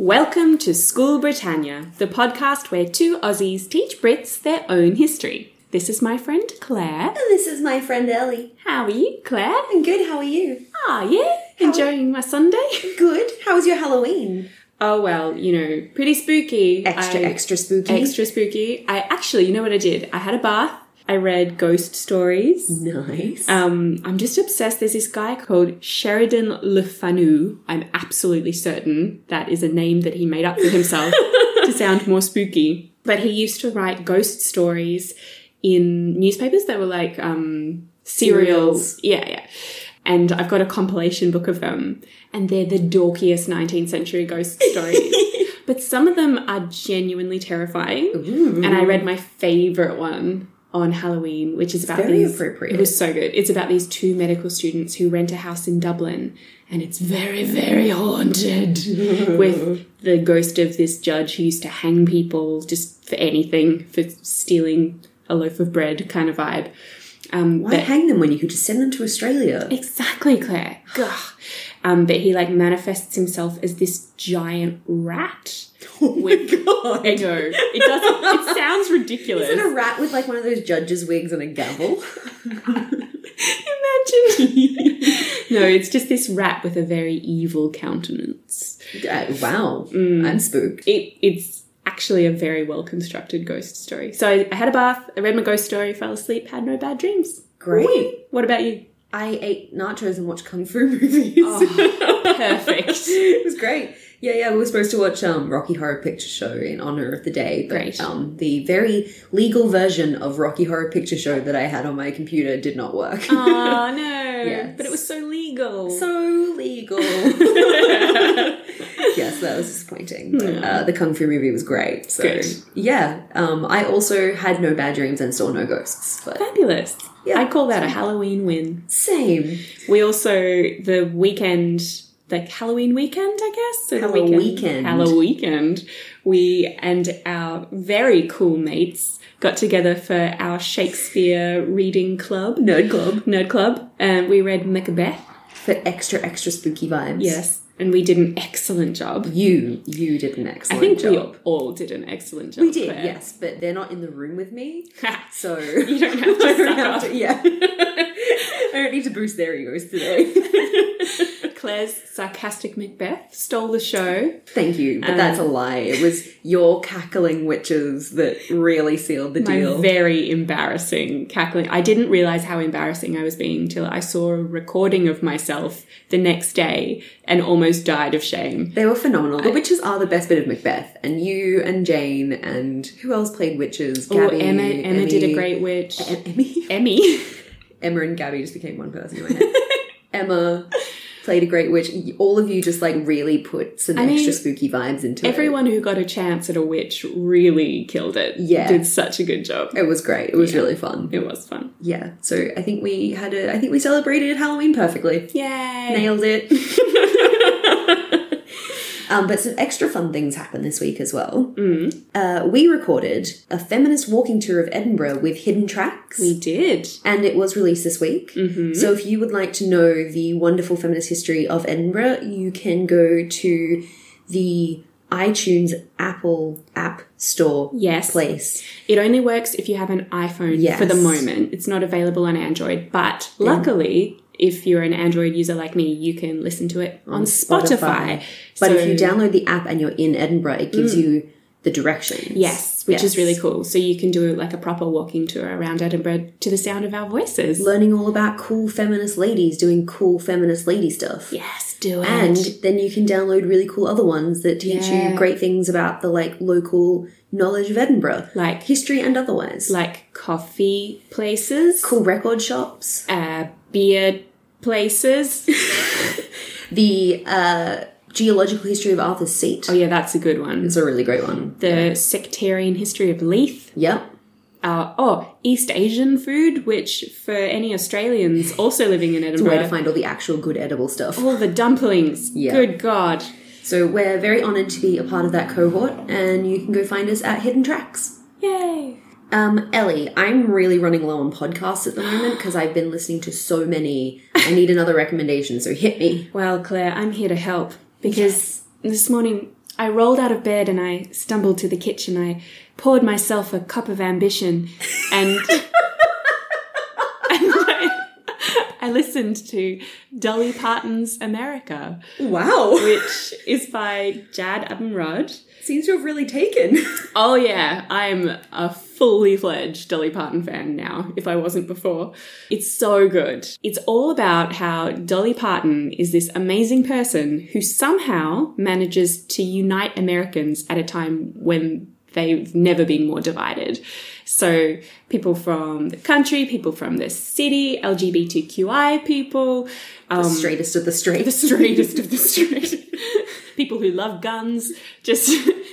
to School Britannia, the podcast where two Aussies teach Brits their own history. This is my friend Claire. This is my friend Ellie. How are you, Claire? I'm good, how are you? Ah, yeah, enjoying my Sunday. Good. How was your Halloween? Oh well, you know, pretty spooky. Extra, I- extra spooky. extra spooky. I actually, you know what I did? I had a bath. I read ghost stories. Nice. Um, I'm just obsessed. There's this guy called Sheridan Le Fanu. I'm absolutely certain that is a name that he made up for himself to sound more spooky. But he used to write ghost stories in newspapers that were like um, serials. Serials. Yeah, yeah. And I've got a compilation book of them, and they're the dorkiest 19th century ghost stories. but some of them are genuinely terrifying. And I read my favorite one on Halloween, which is about very these- appropriate. It was so good. It's about these two medical students who rent a house in Dublin, and it's very, very haunted with the ghost of this judge who used to hang people just for anything, for stealing a loaf of bread kind of vibe. Um, Why hang them when you could just send them to Australia? Exactly, Claire. Gah. Um, but he like manifests himself as this giant rat. Oh my god. I know it doesn't. It sounds ridiculous. Is it a rat with like one of those judges' wigs and a gavel? Imagine. no, it's just this rat with a very evil countenance. Uh, wow. Mm. I'm spooked. It it's actually a very well constructed ghost story. So I, I had a bath, I read my ghost story, fell asleep, had no bad dreams. Great. What about you? I ate nachos and watched kung fu movies. Oh, perfect. it was great. Yeah, yeah, we were supposed to watch um, Rocky Horror Picture Show in honor of the day, but Great. um, the very legal version of Rocky Horror Picture Show that I had on my computer did not work. Oh no. Yes. But it was so legal. so legal. yes, that was disappointing. But, uh, the kung fu movie was great. So Good. yeah, um, I also had no bad dreams and saw no ghosts. But Fabulous. Yeah. I call that a Halloween win. same We also the weekend, like Halloween weekend, I guess. So the Hallow- weekend, weekend. Hallow weekend. We and our very cool mates got together for our Shakespeare reading club, nerd club nerd club, and we read Macbeth. for extra extra spooky vibes. Yes, and we did an excellent job. you you did an I excellent think job. we all did an excellent job. We did, Claire. yes, but they're not in the room with me, so you don't have to. I don't suck have up. to- yeah, I don't need to boost their egos today. Claire's sarcastic Macbeth stole the show. Thank you, but that's a Um, lie. It was your cackling witches that really sealed the my deal. very embarrassing cackling. I didn't realize how embarrassing I was being till I saw a recording of myself the next day and almost died of shame. They were phenomenal. The witches are the best bit of Macbeth, and you and Jane and who else played witches? Oh, Gabby, Emma, Emma did a Emmy- great witch. Em- Emmy. Emmy. Emma and Gabby just became one person in my head. Emma played a great witch. All of you just like really put some I mean, extra spooky vibes into Everyone who got a chance at a witch really killed it. Yeah. Did such a good job. it. It was great. It was really fun. It was fun. Yeah. So I think we had a. I think we celebrated Halloween perfectly. Yay. Nailed it. Um, but some extra fun things happened this week as well. Mm. Uh, we recorded a feminist walking tour of Edinburgh with hidden tracks. we Mm-hmm. did. and it was released this week. So if you would like to know the wonderful feminist history of Edinburgh, you can go to the iTunes Apple App Store Yes. place. It only works if you have an iPhone Yes. for the moment. It's not available on Android, but luckily, if you're an Android user like me, you can listen to it on, Spotify. So- But Mm. if you download the app and you're in Edinburgh, it gives you the directions. Yes, which is Yes. really cool. So you can do like a proper walking tour around Edinburgh to the sound of our voices. Learning all about cool feminist ladies doing cool feminist lady stuff. Yes, do it. And then you can download really cool other ones that teach Yeah. you great things about the like local knowledge of Edinburgh, Like- history and otherwise. like coffee places, cool record shops, uh, beer places. the uh, geological history of Arthur's Seat. oh yeah, that's a good one. It's a really great one. The sectarian history of Leith. Yep. uh, oh, East Asian food, which for any Australians also living in Where to Edinburgh, find all the actual good edible stuff. all the dumplings. Yeah. Good God. So we're very honoured to be a part of that cohort, and you can go find us at Hidden Tracks. Yay. Um, Ellie, I'm really running low on podcasts at the moment because I've been listening to so many. I need another recommendation, so hit me. Well, Claire, I'm here to help because this morning I rolled out of bed and I stumbled to the kitchen. I poured myself a cup of ambition and, and I, I listened to Dolly Parton's America, Wow. which is by Jad Abumrad. Seems to have really taken. Oh yeah, I'm a fully fledged Dolly Parton fan now, if I wasn't before. It's so good. It's all about how Dolly Parton is this amazing person who somehow manages to unite Americans at a time when they've never been more divided. So people from the country, people from the city, LGBTQI people, um, straightest of the straight. the straightest of the straight. People who love guns, just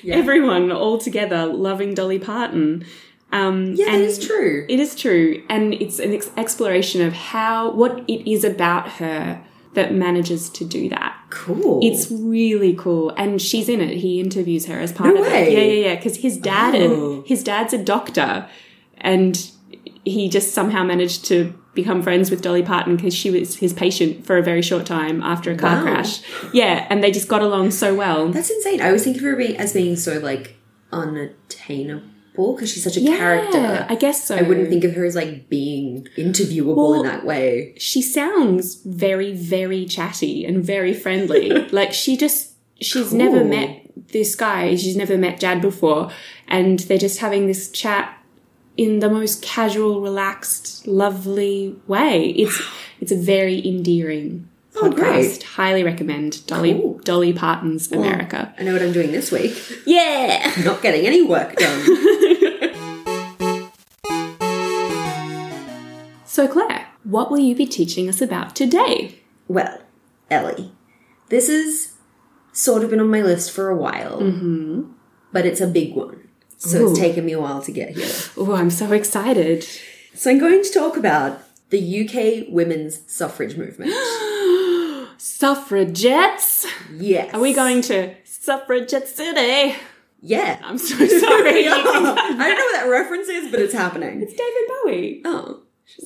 everyone all together loving Dolly Parton. Um, yeah, that and is true. It is true, and it's an ex- exploration of how what it is about her that manages to do that. cool. It's really cool, and she's in it. He interviews her as part No of it. way. Yeah, yeah, yeah. Because his dad Oh. and his dad's a doctor, and he just somehow managed to become friends with Dolly Parton because she was his patient for a very short time after a car Wow. crash. Yeah, and they just got along so well. that's insane. I always think of her be- as being so like unattainable because she's such a yeah, character. I guess so. I wouldn't think of her as like being interviewable Well- in that way. she sounds very very chatty and very friendly like she just she's Cool. never met this guy she's never met jad before and they're just having this chat in the most casual relaxed lovely way it's it's a very endearing Oh, great. podcast highly recommend dolly Cool. dolly parton's america I know what I'm doing this week. yeah Not getting any work done. so claire what will you be teaching us about today well, Ellie, this has sort of been on my list for a while, but it's a big one. So Mm-hmm. Ooh. it's taken me a while to get here. oh i'm so excited So I'm going to talk about the UK women's suffrage movement. suffragettes Yes. Are we going to Suffragette City? Yeah. I'm so sorry. I don't know what that reference is, but it's happening. David Bowie. Oh,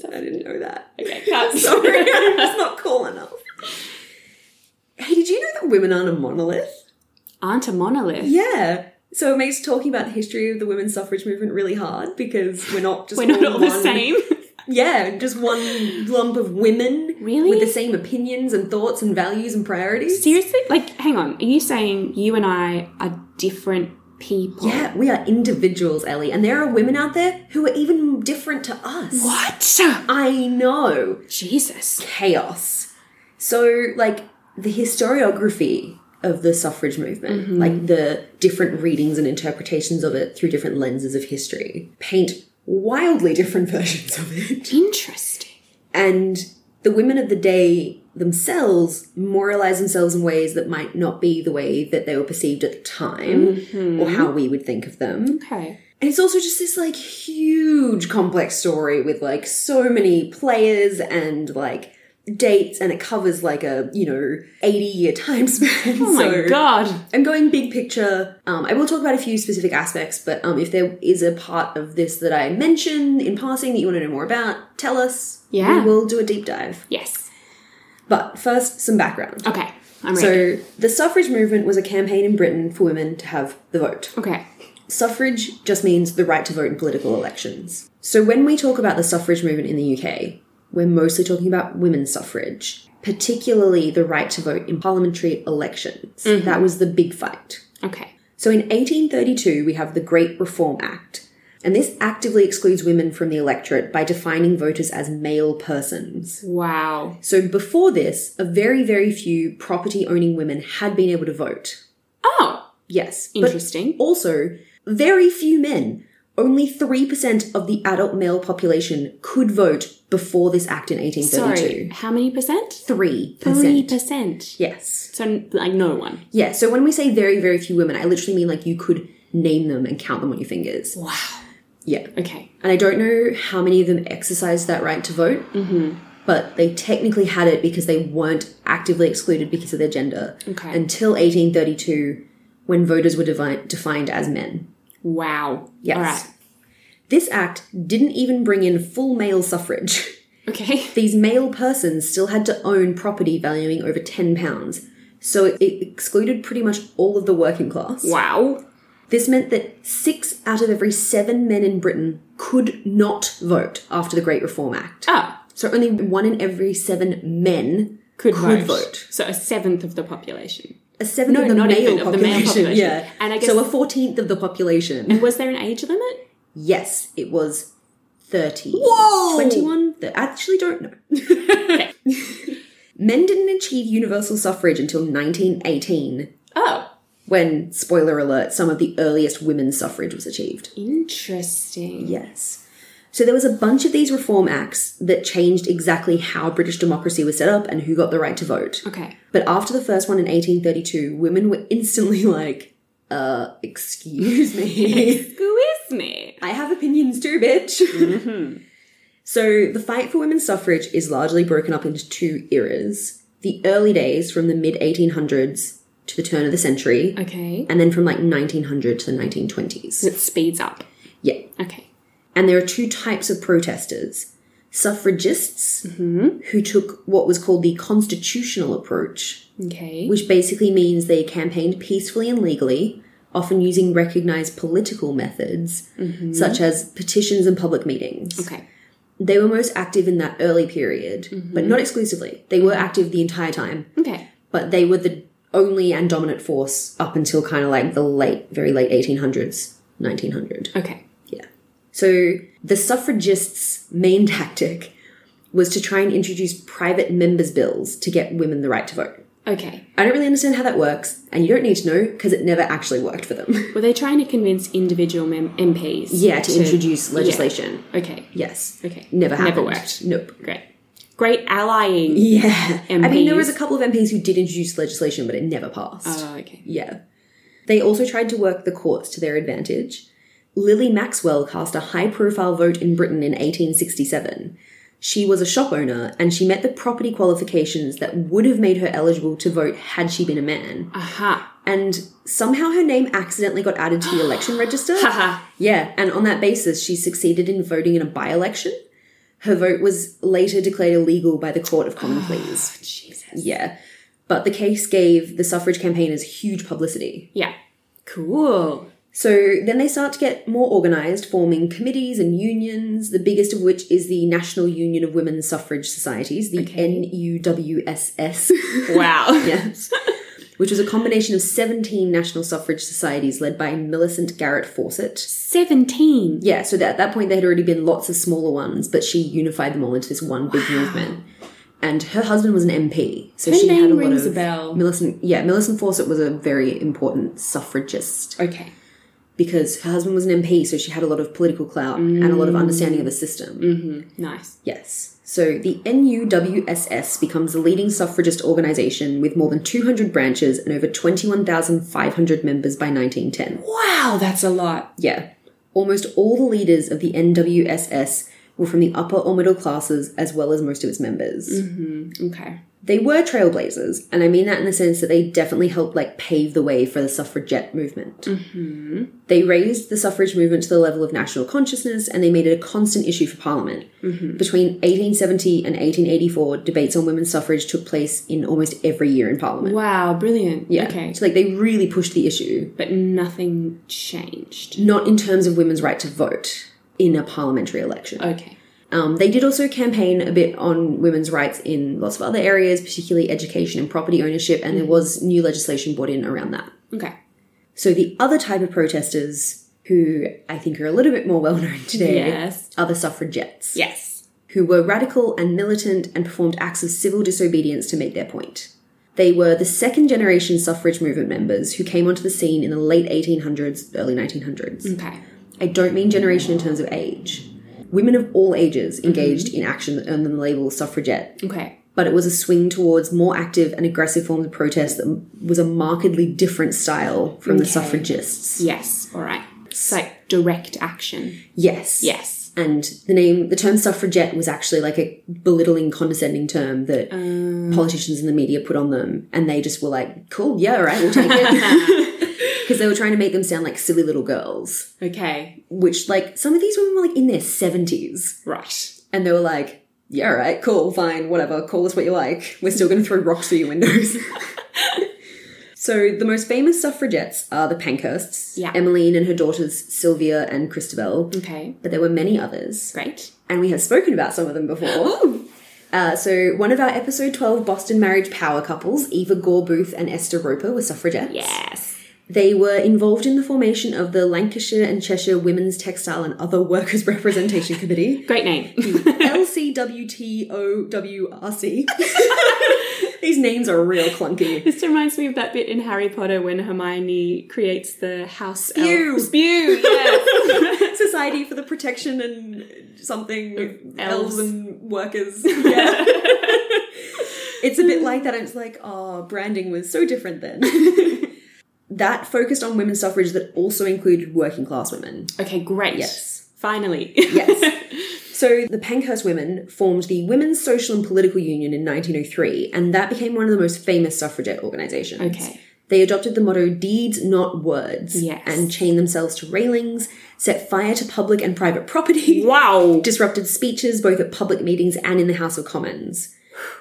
I didn't know that. Okay, cut. Sorry, I'm just not cool enough. Hey, did you know that women aren't a monolith? Aren't a monolith. Yeah. So it makes talking about the history of the women's suffrage movement really hard because we're not just We're not all the one- same. Yeah, just one lump of women Really? with the same opinions and thoughts and values and priorities. Seriously? Like, hang on. Are you saying you and I are different people? Yeah, we are individuals, Ellie, and there are women out there who are even different to us. What? I know. Jesus. chaos. So, like, the historiography of the suffrage movement, like the different readings and interpretations of it through different lenses of history, paint wildly different versions of it. Interesting. And the women of the day themselves moralize themselves in ways that might not be the way that they were perceived at the time or how we would think of them. Okay. And it's also just this like huge complex story with like so many players and like dates and it covers like a, you know, 80 year time span. Oh my god. I'm going big picture. Um, I will talk about a few specific aspects, but um, if there is a part of this that I mention in passing that you want to know more about, tell us. Yeah. We will do a deep dive. Yes. But first, some background. Okay. I'm ready. So, the suffrage movement was a campaign in Britain for women to have the vote. okay. Suffrage just means the right to vote in political elections. So when we talk about the suffrage movement in the UK, we're mostly talking about women's suffrage, particularly the right to vote in parliamentary elections. That was the big fight. Okay. So in 1832, we have the Great Reform Act. And this actively excludes women from the electorate by defining voters as male persons. Wow. So before this, a very, very few property owning women had been able to vote. Oh, Yes. but interesting. also, very few men, only 3% of the adult male population could vote before this act in 1832. Sorry. How many percent? 3%. Three percent. Yes. So, like, no one. Yeah, so when we say very, very few women, I literally mean like you could name them and count them on your fingers. Wow. Yeah. Okay. And I don't know how many of them exercised that right to vote. Mm-hmm. But they technically had it because they weren't actively excluded because of their gender Okay. until 1832, when voters were devi- defined as men. Wow. Yes. All right. This act didn't even bring in full male suffrage. Okay. These male persons still had to own property valuing over £10. So it excluded pretty much all of the working class. Wow. This meant that six out of every seven men in Britain could not vote after the Great Reform Act. Ah, So only one in every seven men could, could vote. vote. So a seventh of the population. A seventh No, of the not male even of the population. male population. Yeah. And I guess- so a fourteenth of the population. And was there an age limit? yes, it was thirty. Whoa! Twenty-one. I actually don't know. Men didn't achieve universal suffrage until 1918, Oh, when, spoiler alert, some of the earliest women's suffrage was achieved. interesting. Yes. So there was a bunch of these reform acts that changed exactly how British democracy was set up and who got the right to vote. Okay. But after the first one in 1832, women were instantly like, uh, excuse me. Who is me? I have opinions too, bitch. so the fight for women's suffrage is largely broken up into two eras the early days from the mid 1800s to the turn of the century, Okay. Mm. and then from like 1900 to the 1920s. It speeds up. Yeah. Okay. And there are two types of protesters suffragists, who took what was called the constitutional approach, Okay. which basically means they campaigned peacefully and legally, often using recognized political methods, such as petitions and public meetings. okay. They were most active in that early period, but not exclusively. They were active the entire time, Okay. but they were the only and dominant force up until kind of like the late, very late 1800s, 1900. Okay. Yeah. So the suffragists' main tactic was to try and introduce private members' bills to get women the right to vote. Okay. I don't really understand how that works, and you don't need to know because it never actually worked for them. Were they trying to convince individual mem- MPs? yeah, to introduce legislation. Okay. Yes. Okay. Never happened. Never worked. Nope. Great. Great allying. Yeah. I mean, there MPs. was a couple of MPs who did introduce legislation, but it never passed. Oh, okay. Yeah. They also tried to work the courts to their advantage. Lily Maxwell cast a high profile vote in Britain in 1867. She was a shop owner and she met the property qualifications that would have made her eligible to vote had she been a man. Aha. And somehow her name accidentally got added to the election register. Haha. Yeah, and on that basis, she succeeded in voting in a by election. Her vote was later declared illegal by the Court of Common Pleas. Jesus. Yeah. But the case gave the suffrage campaigners huge publicity. Yeah. Cool. So then they start to get more organised, forming committees and unions, the biggest of which is the National Union of Women's Suffrage Societies, the NUWSS, Wow. yes, which was a combination of 17 national suffrage societies led by Millicent Garrett Fawcett. 17. Yeah, so that, at that point there had already been lots of smaller ones, but she unified them all into this one big movement. And her husband was an MP, so Her she had name a lot rings of a bell. Millicent, yeah, Millicent Fawcett was a very important suffragist Okay. because her husband was an MP, so she had a lot of political clout and a lot of Mm. understanding of the system. Nice. Yes. So the NUWSS becomes the leading suffragist organisation with more than 200 branches and over 21,500 members by 1910. Wow, that's a lot. Yeah. Almost all the leaders of the NWSS were from the upper or middle classes, as well as most of its members. Okay. They were trailblazers, and I mean that in the sense that they definitely helped like pave the way for the suffragette movement. They raised the suffrage movement to the level of national consciousness, and they made it a constant issue for Parliament. Between 1870 and 1884, debates on women's suffrage took place in almost every year in Parliament. Wow, brilliant. Yeah, Okay. so like they really pushed the issue, But nothing changed. not in terms of women's right to vote in a parliamentary election. Okay. Um, they did also campaign a bit on women's rights in lots of other areas, particularly education and property ownership, and there was new legislation brought in around that. Okay. So the other type of protesters who I think are a little bit more well known today Yes. are the suffragettes, Yes. who were radical and militant and performed acts of civil disobedience to make their point. They were the second generation suffrage movement members who came onto the scene in the late 1800s, early 1900s. Okay. I don't mean generation in terms of age. Women of all ages engaged in action that earned them the label suffragette, Okay. but it was a swing towards more active and aggressive forms of protest that was a markedly different style from the suffragists. Yes. All right. It's like direct action. Yes. Yes. And the name, the term suffragette was actually like a belittling, condescending term that politicians and the media put on them, and they just were like, cool, yeah, all right, we'll take it. Because they were trying to make them sound like silly little girls, Okay. which, like, some of these women were like in their 70s. Right. And they were like, yeah, all right, cool, fine, whatever, call us what you like. We're still going to throw rocks through your windows. So the most famous suffragettes are the Pankhursts, Yeah. Emmeline and her daughters Sylvia and Christabel, Okay. but there were many others, Great. and we have spoken about some of them before. Oh, Uh, so one of our episode 12 Boston marriage power couples, Eva Gore Booth and Esther Roper, were suffragettes. yes. They were involved in the formation of the Lancashire and Cheshire Women's Textile and Other Workers Representation Committee, Great name. LCWTOWRC. These names are real clunky. This reminds me of that bit in Harry Potter when Hermione creates the house Spew. elf. Spew, yes. Society for the Protection and something, elves. elves, and workers. Yeah. it's a bit like that. It's like, oh, branding was so different then. that focused on women's suffrage that also included working class women. okay, great. Yes. Finally. Yes. So the Pankhurst women formed the Women's Social and Political Union in 1903, and that became one of the most famous suffragette organisations. Okay. They adopted the motto "Deeds, not words," Yes. and chained themselves to railings, set fire to public and private property, wow. disrupted speeches both at public meetings and in the House of Commons.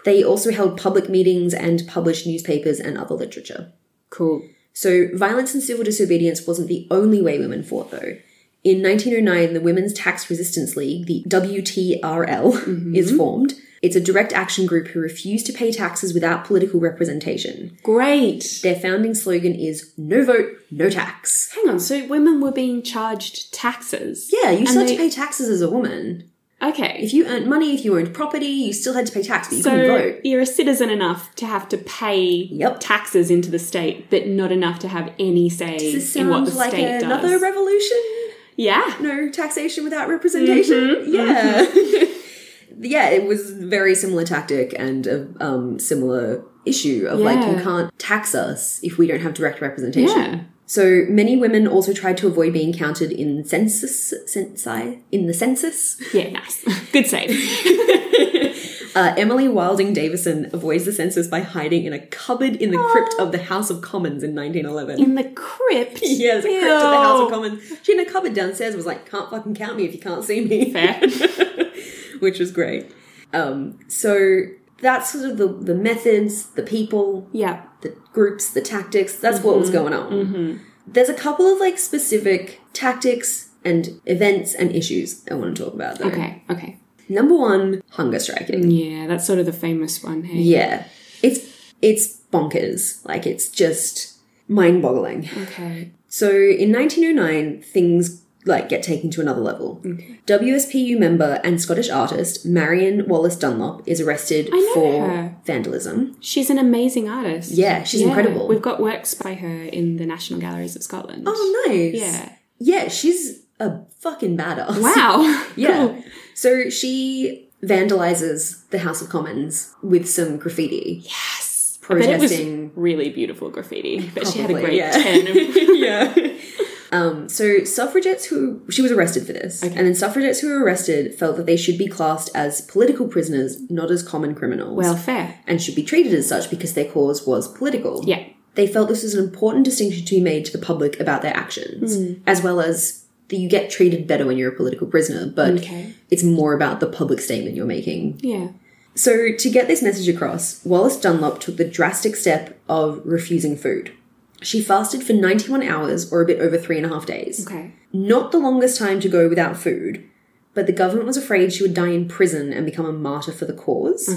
They also held public meetings and published newspapers and other literature. Cool. So, violence and civil disobedience wasn't the only way women fought, though. In 1909, the Women's Tax Resistance League, the WTRL, is formed. It's a direct action group who refuse to pay taxes without political representation. Great. Their founding slogan is no vote, no tax. Hang on, so women were being charged taxes. Yeah, you And still had they- to pay taxes as a woman. Okay. If you earned money, if you owned property, you still had to pay tax, but you couldn't vote. So you're a citizen enough to have to pay Yep. taxes into the state, but not enough to have any say Does this in what sound the like state another does. revolution? yeah. No taxation without representation. Mm-hmm. Yeah, yeah. It was very similar tactic and a um, similar issue of like you Yeah. can't tax us if we don't have direct representation. Yeah. So many women also tried to avoid being counted in census censi in the census. Yeah, nice. Good save. Uh, Emily Wilding Davison avoids the census by hiding in a cupboard in the crypt of the House of Commons in 1911. In the crypt. Yeah, there's a crypt at the House of Ew. Commons. She in a cupboard downstairs was like, "Can't fucking count me if you can't see me," Fair. which was great. Um, so that's sort of the the methods, the people, Yeah. the groups, the tactics. That's what was going on. There's a couple of like specific tactics and events and issues I want to talk about. Though. Okay. Mm. Okay. Number one, hunger striking. Yeah, that's sort of the famous one. Hey. Yeah, it's it's bonkers. Like it's just mind boggling. Okay. So in 1909, things like get taken to another level. WSPU member and Scottish artist Marion Wallace Dunlop is arrested I know for her. vandalism. She's an amazing artist. Yeah, she's Yeah, incredible. We've got works by her in the National Galleries of Scotland. oh, nice. Yeah. Yeah, she's a fucking badass. Wow. Yeah. Cool. So she vandalizes the House of Commons with some graffiti. Yes. I bet it Protesting. was really beautiful graffiti, but she had a Probably, great yeah. turn of- yeah. Um, so suffragettes who she was arrested for this, Okay. and then suffragettes who were arrested felt that they should be classed as political prisoners, not as common criminals, well, fair. and should be treated as such because their cause was political. Yeah. They felt this was an important distinction to be made to the public about their actions, Hmm. as well as that you get treated better when you're a political prisoner, but Okay. it's more about the public statement you're making Yeah. so, to get this message across, Wallace Dunlop took the drastic step of refusing food. She fasted for 91 hours, or a bit over three and a half days. Okay. Not the longest time to go without food, but the government was afraid she would die in prison and become a martyr for the because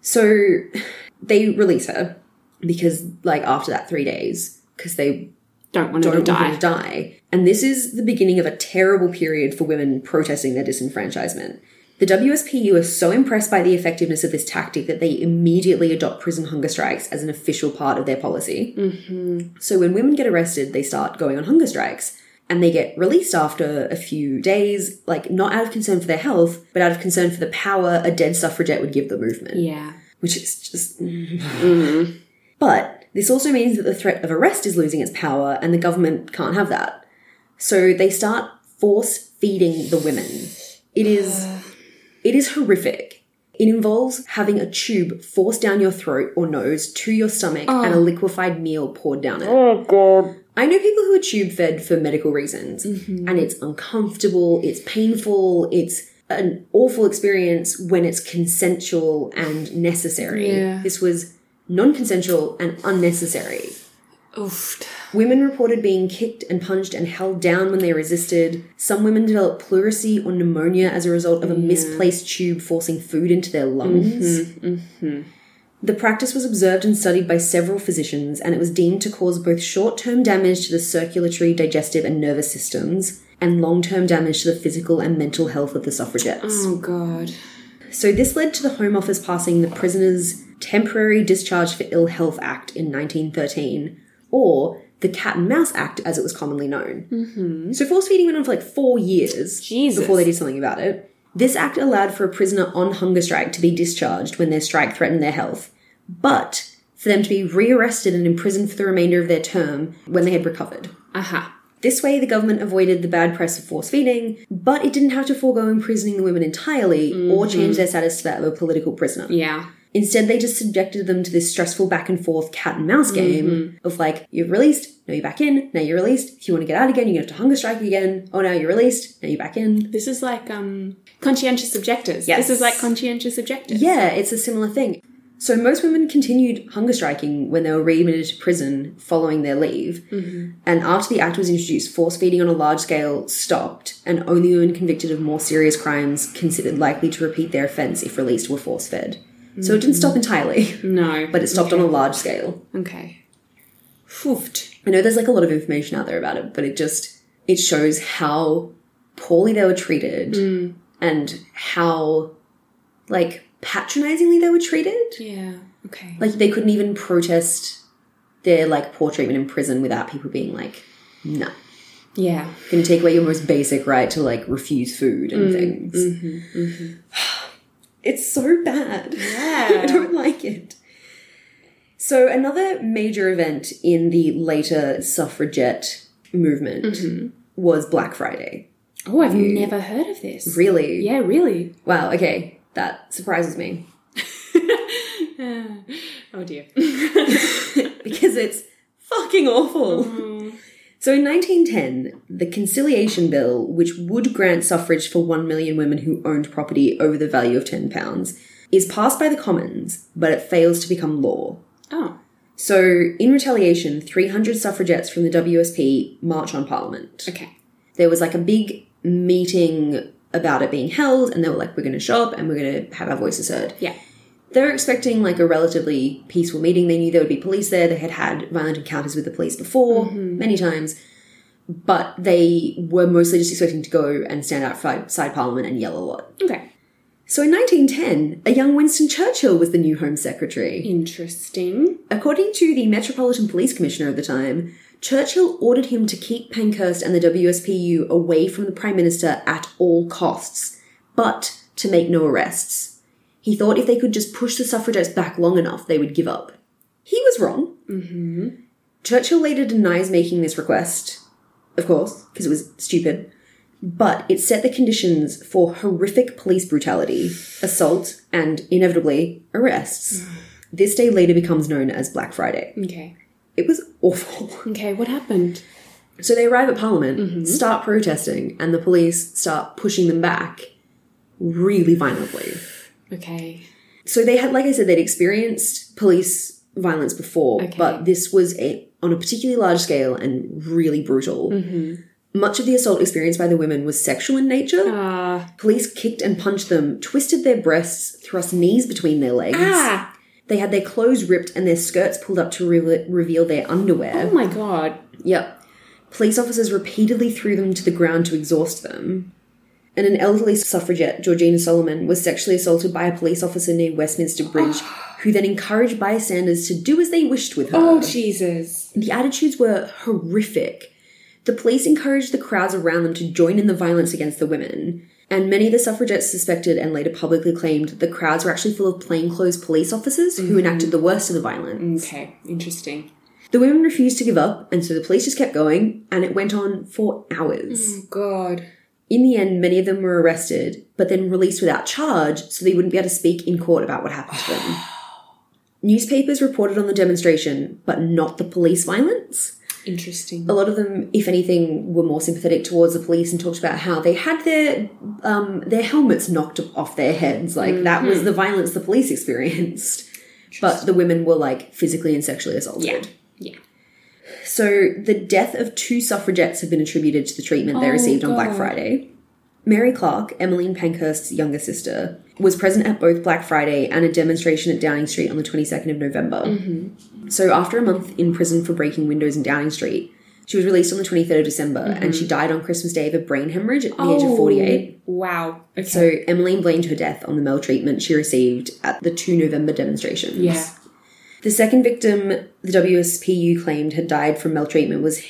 So, they release her because, like, after that three days, because they Don't want her to don't want die. her to die. And this is the beginning of a terrible period for women protesting their disenfranchisement. The WSPU are so impressed by the effectiveness of this tactic that they immediately adopt prison hunger strikes as an official part of their policy. So when women get arrested, they start going on hunger strikes and they get released after a few days, like not out of concern for their health, but out of concern for the power a dead suffragette would give the movement Yeah. which is just. mm. But this also means that the threat of arrest is losing its power, and the government can't have that. So they start force feeding the women. It is, it is horrific. It involves having a tube forced down your throat or nose to your stomach and a liquefied meal poured down it. Oh god. I know people who are tube fed for medical reasons, and it's uncomfortable, it's painful, it's an awful experience when it's consensual and necessary. Yeah. This was non consensual and unnecessary. Oof. Women reported being kicked and punched and held down when they resisted. Some women developed pleurisy or pneumonia as a result of a misplaced tube forcing food into their lungs. The practice was observed and studied by several physicians, and it was deemed to cause both short term damage to the circulatory, digestive, and nervous systems, and long term damage to the physical and mental health of the suffragettes. Oh god. So this led to the Home Office passing the Prisoners Temporary Discharge for Ill Health Act in 1913, or the Cat and Mouse Act as it was commonly known. Mm-hmm. So force feeding went on for like four years Jesus. before they did something about it. This act allowed for a prisoner on hunger strike to be discharged when their strike threatened their health, but for them to be rearrested and imprisoned for the remainder of their term when they had recovered. Aha. This way, the government avoided the bad press of force feeding, but it didn't have to forego imprisoning the women entirely or change their status to that of a political prisoner. Yeah. Instead, they just subjected them to this stressful back and forth cat and mouse game of like, you're released, now you're back in, now you're released. If you want to get out again, you're going to have to hunger strike again. Oh, now you're released, now you're back in. This is like um conscientious objectors. Yes. This is like conscientious objectors. Yeah, it's a similar thing. So most women continued hunger striking when they were readmitted to prison following their leave. And after the act was introduced, force feeding on a large scale stopped, and only women convicted of more serious crimes considered likely to repeat their offence if released were force fed. So it didn't stop entirely, No. but it stopped on a large scale. Okay. Foofed. I know there's like a lot of information out there about it, but it just it shows how poorly they were treated and how like patronizingly they were treated. Yeah. Okay. Like they couldn't even protest their like poor treatment in prison without people being like, "No, Yeah. going to take away your most basic right to like refuse food Mm, and things." mm-hmm, it's so bad. Yeah. I don't like it. So, another major event in the later suffragette movement Mm-hmm. was Black Friday. Oh, I've never heard of this. Really? Yeah, really. Wow, okay. That surprises me Oh dear. because it's fucking awful. So, in 1910, the Conciliation Bill, which would grant suffrage for 1 million women who owned property over the value of £10, is passed by the Commons, but it fails to become law. oh. So, in retaliation, 300 suffragettes from the WSP march on Parliament. Okay. There was like a big meeting about it being held, and they were like, we're going to show up and we're going to have our voices heard. Yeah. They were expecting like a relatively peaceful meeting. They knew there would be police there. They had had violent encounters with the police before, many times. But they were mostly just expecting to go and stand outside Parliament and yell a lot. Okay. So in 1910, a young Winston Churchill was the new Home Secretary. Interesting. According to the Metropolitan Police Commissioner of the time, Churchill ordered him to keep Pankhurst and the WSPU away from the Prime Minister at all costs, but to make no arrests. He thought if they could just push the suffragettes back long enough, they would give up. He was wrong. Mm-hmm. Churchill later denies making this request, of course, because it was stupid, but it set the conditions for horrific police brutality, assault, and inevitably, arrests. This day later becomes known as Black Friday. Okay. It was awful. Okay, what happened? So they arrive at Parliament, Mm-hmm. start protesting, and the police start pushing them back really violently. Okay. So they had, like I said, they'd experienced police violence before, Okay. but this was a, on a particularly large scale and really brutal. Mm-hmm. Much of the assault experienced by the women was sexual in nature. Uh, Police kicked and punched them, twisted their breasts, thrust knees between their legs. ah! They had their clothes ripped and their skirts pulled up to re- reveal their underwear. Oh my god. Yep. Police officers repeatedly threw them to the ground to exhaust them. And an elderly suffragette, Georgina Solomon, was sexually assaulted by a police officer near Westminster Bridge, who then encouraged bystanders to do as they wished with her. Oh, Jesus. The attitudes were horrific. The police encouraged the crowds around them to join in the violence against the women, and many of the suffragettes suspected and later publicly claimed that the crowds were actually full of plainclothes police officers who enacted the worst of the violence. Okay, interesting. The women refused to give up, and so the police just kept going, and it went on for hours. Oh god. In the end, many of them were arrested, but then released without charge, so they wouldn't be able to speak in court about what happened to them. Newspapers reported on the demonstration, but not the police violence Interesting. a lot of them, if anything, were more sympathetic towards the police and talked about how they had their um, their helmets knocked off their heads. Like that was Mm-hmm. the violence the police experienced. But the women were like physically and sexually assaulted. Yeah. Yeah. So the death of two suffragettes have been attributed to the treatment they Oh, received on Black God. Friday. Mary Clark, Emmeline Pankhurst's younger sister, was present at both Black Friday and a demonstration at Downing Street on the 22nd of November. Mm-hmm. So after a month in prison for breaking windows in Downing Street, she was released on the 23rd of December and she died on Christmas Day of a brain hemorrhage at the age of 48. Oh. Wow. Okay. So Emmeline blamed her death on the maltreatment she received at the 2 November demonstrations. yeah. The second victim the WSPU claimed had died from maltreatment was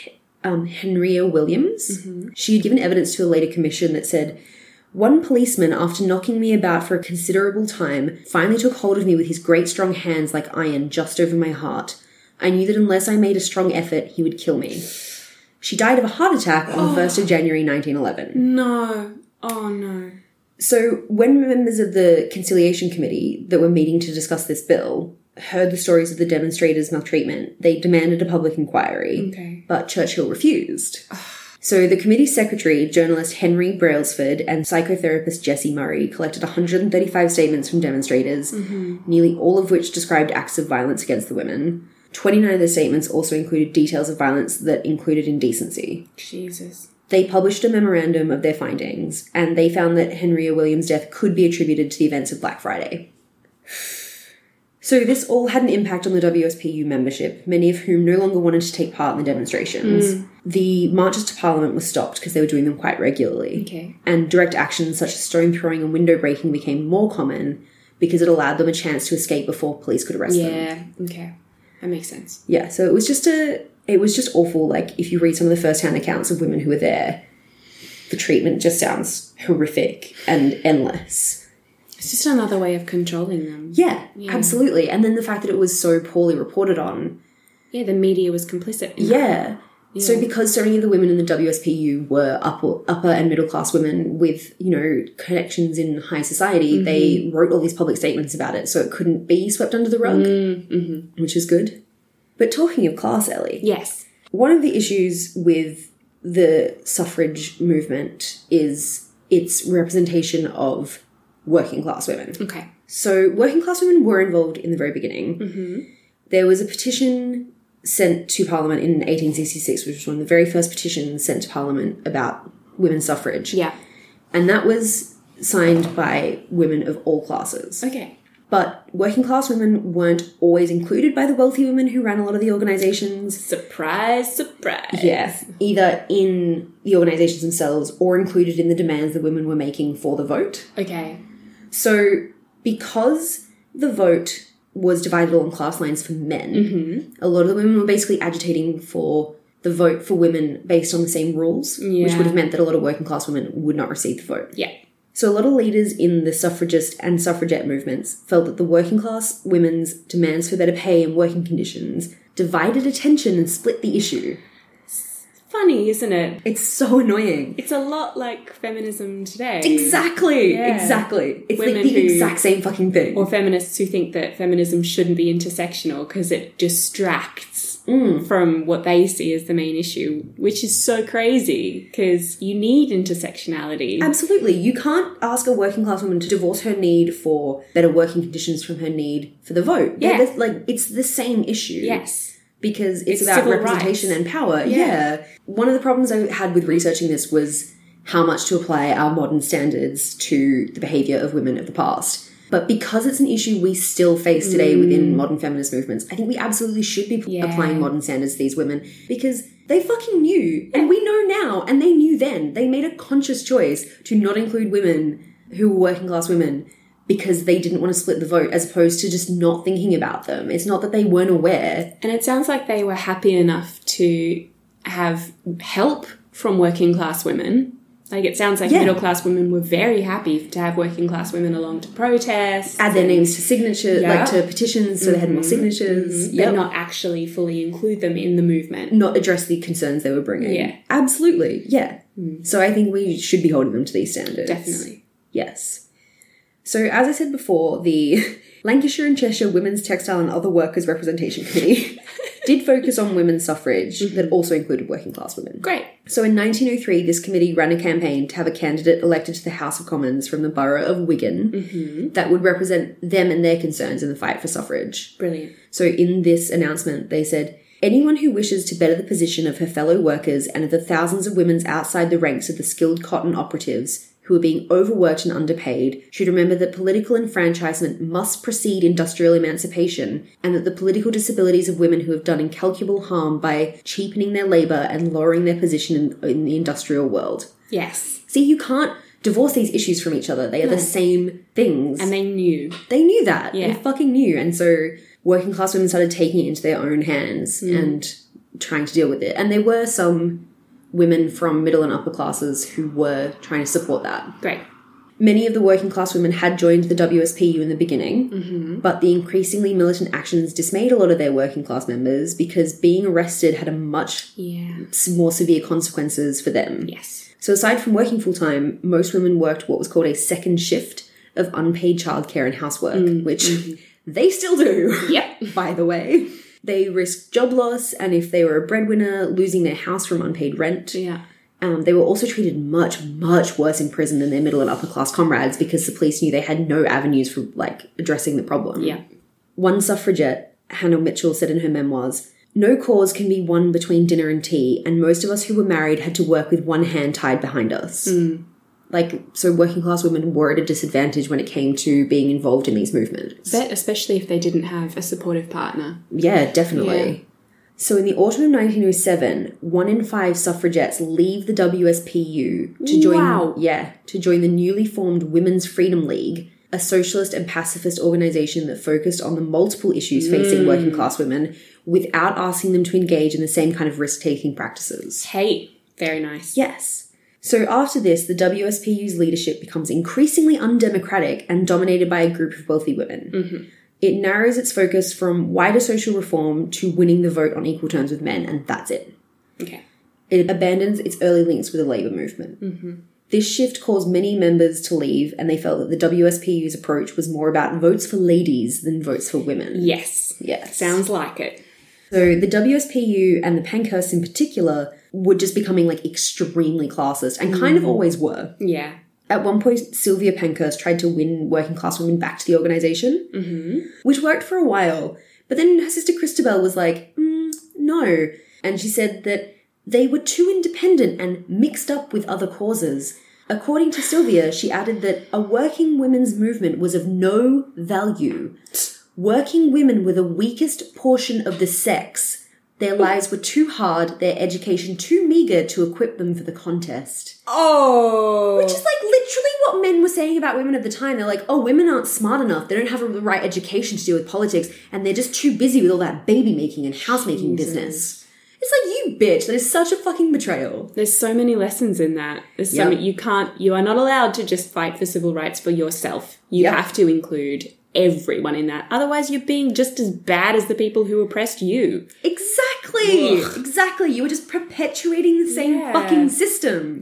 um, Henria Williams. She had given evidence to a later commission that said, one policeman, after knocking me about for a considerable time, finally took hold of me with his great strong hands like iron just over my heart. I knew that unless I made a strong effort, he would kill me. She died of a heart attack on the 1st of January 1911. No. Oh no. So, when members of the conciliation committee that were meeting to discuss this bill heard the stories of the demonstrators' maltreatment, they demanded a public inquiry, Okay. but Churchill refused. So, the committee's secretary, journalist Henry Brailsford, and psychotherapist Jessie Murray collected 135 statements from demonstrators, nearly all of which described acts of violence against the women. 29 of the statements also included details of violence that included indecency Jesus. they published a memorandum of their findings, and they found that Henria Williams' death could be attributed to the events of Black Friday. So, this all had an impact on the WSPU membership, many of whom no longer wanted to take part in the demonstrations. Hmm. The marches to Parliament were stopped because they were doing them quite regularly. Okay. And direct actions such as stone throwing and window breaking became more common because it allowed them a chance to escape before police could arrest them. Yeah. Okay. That makes sense. Yeah, so it was just a it was just awful. Like if you read some of the first hand accounts of women who were there, the treatment just sounds horrific and endless. It's just another way of controlling them. Yeah, absolutely. And then the fact that it was so poorly reported on. Yeah. The media was complicit. in that. Yeah. So because so many of the women in the WSPU were upper upper and middle class women with, you know, connections in high society, they wrote all these public statements about it so it couldn't be swept under the rug, which is good. But talking of class, Ellie, Yes. one of the issues with the suffrage movement is its representation of working class women. Okay. So, working class women were involved in the very beginning. There was a petition sent to Parliament in 1866, which was one of the very first petitions sent to Parliament about women's suffrage. Yeah. And that was signed by women of all classes. Okay. But working class women weren't always included by the wealthy women who ran a lot of the organisations. Surprise. Surprise. Yes, either in the organisations themselves or included in the demands that women were making for the vote. Okay. So, because the vote was divided along class lines for men, a lot of the women were basically agitating for the vote for women based on the same rules, which Yeah. would have meant that a lot of working class women would not receive the vote. Yeah. So, a lot of leaders in the suffragist and suffragette movements felt that the working class women's demands for better pay and working conditions divided attention and split the issue. Funny, isn't it? It's so annoying. It's a lot like feminism today. Exactly, Yeah. exactly. It's Women like the who- exact same fucking thing. Or feminists who think that feminism shouldn't be intersectional because it distracts Mm. from what they see as the main issue, which is so crazy because you need intersectionality. Absolutely. You can't ask a working class woman to divorce her need for better working conditions from her need for the vote. They're Yeah. the- like it's the same issue. yes. Because it's, It's about civil representation rights. and power. Yeah. Yeah. One of the problems I had with researching this was how much to apply our modern standards to the behavior of women of the past. But because it's an issue we still face today within modern feminist movements, I think we absolutely should be Mm. Yeah. applying modern standards to these women because they fucking knew, and we know now, and they knew then. They made a conscious choice to not include women who were working class women because they didn't want to split the vote, as opposed to just not thinking about them. It's not that they weren't aware. And it sounds like they were happy enough to have help from working class women. Like it sounds like Yeah. middle class women were very happy to have working class women along to protest. Add their names to signatures, like to Yeah. Mm-hmm. petitions, so they had more signatures. but Yep. not actually fully include them in the movement. not address the concerns they were bringing. Yeah. Mm. Absolutely. Yeah. So I think we should be holding them to these standards. Definitely. Yes. So as I said before, the Lancashire and Cheshire Women's Textile and Other Workers Representation Committee did focus on women's suffrage Mm-hmm. that also included working class women. Great. So in 1903, this committee ran a campaign to have a candidate elected to the House of Commons from the borough of Wigan Mm-hmm. that would represent them and their concerns in the fight for suffrage. Brilliant. So in this announcement, they said, Anyone who wishes to better the position of her fellow workers and of the thousands of women outside the ranks of the skilled cotton operatives who are being overworked and underpaid should remember that political enfranchisement must precede industrial emancipation and that the political disabilities of women who have done incalculable harm by cheapening their labour and lowering their position in, in the industrial world. Yes. See, you can't divorce these issues from each other. They are the same things. And they knew. They knew that. Yeah. They fucking knew. And so working class women started taking it into their own hands Mm. and trying to deal with it. And there were some women from middle and upper classes who were trying to support that. Great. Many of the working class women had joined the WSPU in the beginning, Mm-hmm. but the increasingly militant actions dismayed a lot of their working class members because being arrested had a much Yeah. more severe consequences for them. Yes. So, aside from working full time, most women worked what was called a second shift of unpaid childcare and housework, which they still do, Yep. by the way. They risked job loss, and if they were a breadwinner, losing their house from unpaid rent. Yeah. Um, they were also treated much, much worse in prison than their middle and upper class comrades because the police knew they had no avenues for like addressing the problem. Yeah. One suffragette, Hannah Mitchell, said in her memoirs, No cause can be won between dinner and tea, and most of us who were married had to work with one hand tied behind us. Like, so working class women were at a disadvantage when it came to being involved in these movements. But especially if they didn't have a supportive partner. Yeah, definitely. Yeah. So in the autumn of 1907, one in five suffragettes leave the WSPU to join Wow. yeah, to join the newly formed Women's Freedom League, a socialist and pacifist organization that focused on the multiple issues Mm. facing working class women without asking them to engage in the same kind of risk-taking practices. Hey. Very nice. Yes. So after this, the WSPU's leadership becomes increasingly undemocratic and dominated by a group of wealthy women. It narrows its focus from wider social reform to winning the vote on equal terms with men, and that's it. Okay. It abandons its early links with the labour movement. This shift caused many members to leave, and they felt that the WSPU's approach was more about votes for ladies than votes for women. Yes. Yes. Sounds like it. So the WSPU and the Pankhursts in particular were just becoming like extremely classist and kind of always were. Yeah. At one point, Sylvia Pankhurst tried to win working class women back to the organization, which worked for a while. But then her sister Christabel was like, mm, no. And she said that they were too independent and mixed up with other causes. According to Sylvia, she added that a working women's movement was of no value. Working women were the weakest portion of the sex. Their lives were too hard, their education too meagre to equip them for the contest. Oh. Which is like literally what men were saying about women at the time. They're like, oh, women aren't smart enough. They don't have the right education to deal with politics. And they're just too busy with all that baby making and house making business. It's like, you bitch, that is such a fucking betrayal. There's so many lessons in that. There's so Yep. many, you can't, you are not allowed to just fight for civil rights for yourself. You Yep. have to include everyone in that. Otherwise, you're being just as bad as the people who oppressed you. Exactly. Ugh. Exactly. You were just perpetuating the same Yeah. fucking system.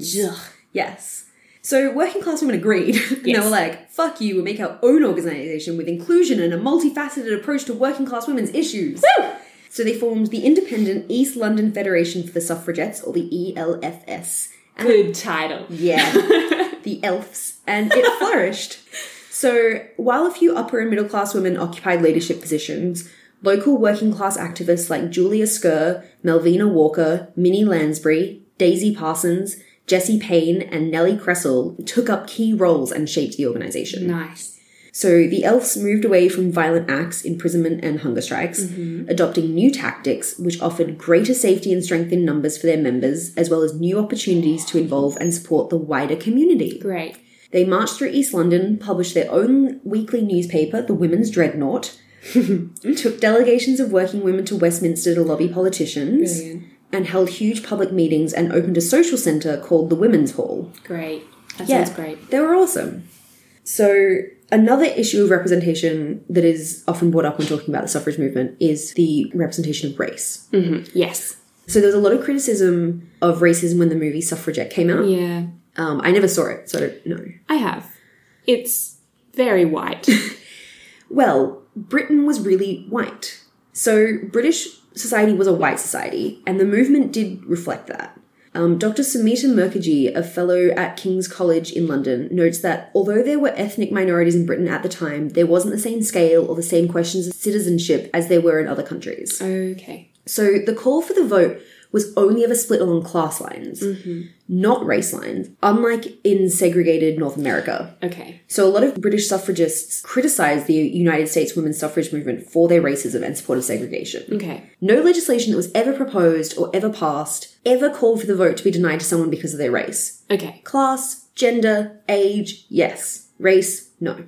Yes. So working class women agreed. and they Yes. were like, fuck you, we'll make our own organisation with inclusion and a multifaceted approach to working class women's issues. So they formed the Independent East London Federation for the Suffragettes, or the E ELFS. And Good title. yeah, the elfs, and it flourished. So, while a few upper and middle class women occupied leadership positions, local working class activists like Julia Skerr, Melvina Walker, Minnie Lansbury, Daisy Parsons, Jessie Payne, and Nellie Cressel took up key roles and shaped the organization. Nice. So the elfs moved away from violent acts, imprisonment, and hunger strikes, adopting new tactics which offered greater safety and strength in numbers for their members, as well as new opportunities to involve and support the wider community. Great. They marched through East London, published their own weekly newspaper, The Women's Dreadnought, took delegations of working women to Westminster to lobby politicians, Brilliant. and held huge public meetings and opened a social centre called the Women's Hall. Great. That Yeah. sounds great. They were awesome. So, another issue of representation that is often brought up when talking about the suffrage movement is the representation of race. Yes. So, there was a lot of criticism of racism when the movie Suffragette came out. Yeah. Um, I never saw it, so I don't know. I have. It's very white. Well, Britain was really white. So, British society was a white society, and the movement did reflect that. Um, Dr. Sumita Mukherjee, a fellow at King's College in London, notes that although there were ethnic minorities in Britain at the time, there wasn't the same scale or the same questions of citizenship as there were in other countries. okay. So the call for the vote was only ever split along class lines, not race lines, unlike in segregated North America. Okay. So a lot of British suffragists criticised the United States women's suffrage movement for their racism and support of segregation. Okay. No legislation that was ever proposed or ever passed ever called for the vote to be denied to someone because of their race. Okay. Class, gender, age, yes. Race, no.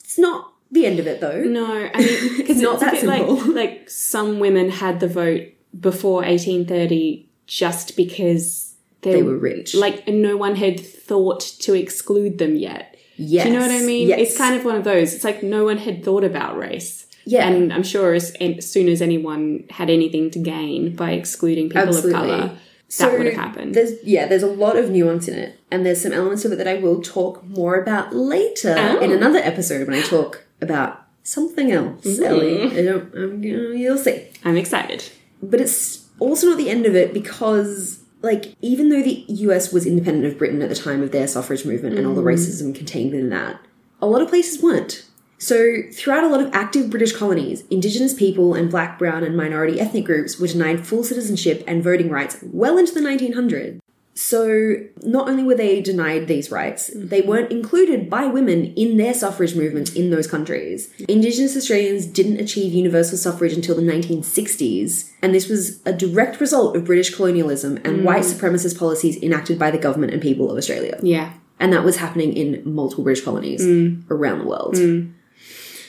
It's not the end of it though. No, I mean, because it's not a that bit simple. Like, like some women had the vote before 1830 just because they, They were rich. Like, no one had thought to exclude them yet. yes. Do you know what I mean? It's kind of one of those. It's like no one had thought about race. Yeah. And I'm sure as, as soon as anyone had anything to gain by excluding people Absolutely. of colour, that would have happened. There's yeah, there's a lot of nuance in it, and there's some elements of it that I will talk more about later Oh. in another episode when I talk about something else. Ellie, Mm-hmm. I don't, I'm, gonna- you'll see. I'm excited. But it's also not the end of it because, like, even though the US was independent of Britain at the time of their suffrage movement and all the racism contained within that, a lot of places weren't. So, throughout a lot of active British colonies, Indigenous people and black, brown, and minority ethnic groups were denied full citizenship and voting rights well into the 1900s. So, not only were they denied these rights, they weren't included by women in their suffrage movements in those countries. Indigenous Australians didn't achieve universal suffrage until the 1960s, and this was a direct result of British colonialism and white supremacist policies enacted by the government and people of Australia. Yeah. And that was happening in multiple British colonies Mm. around the world.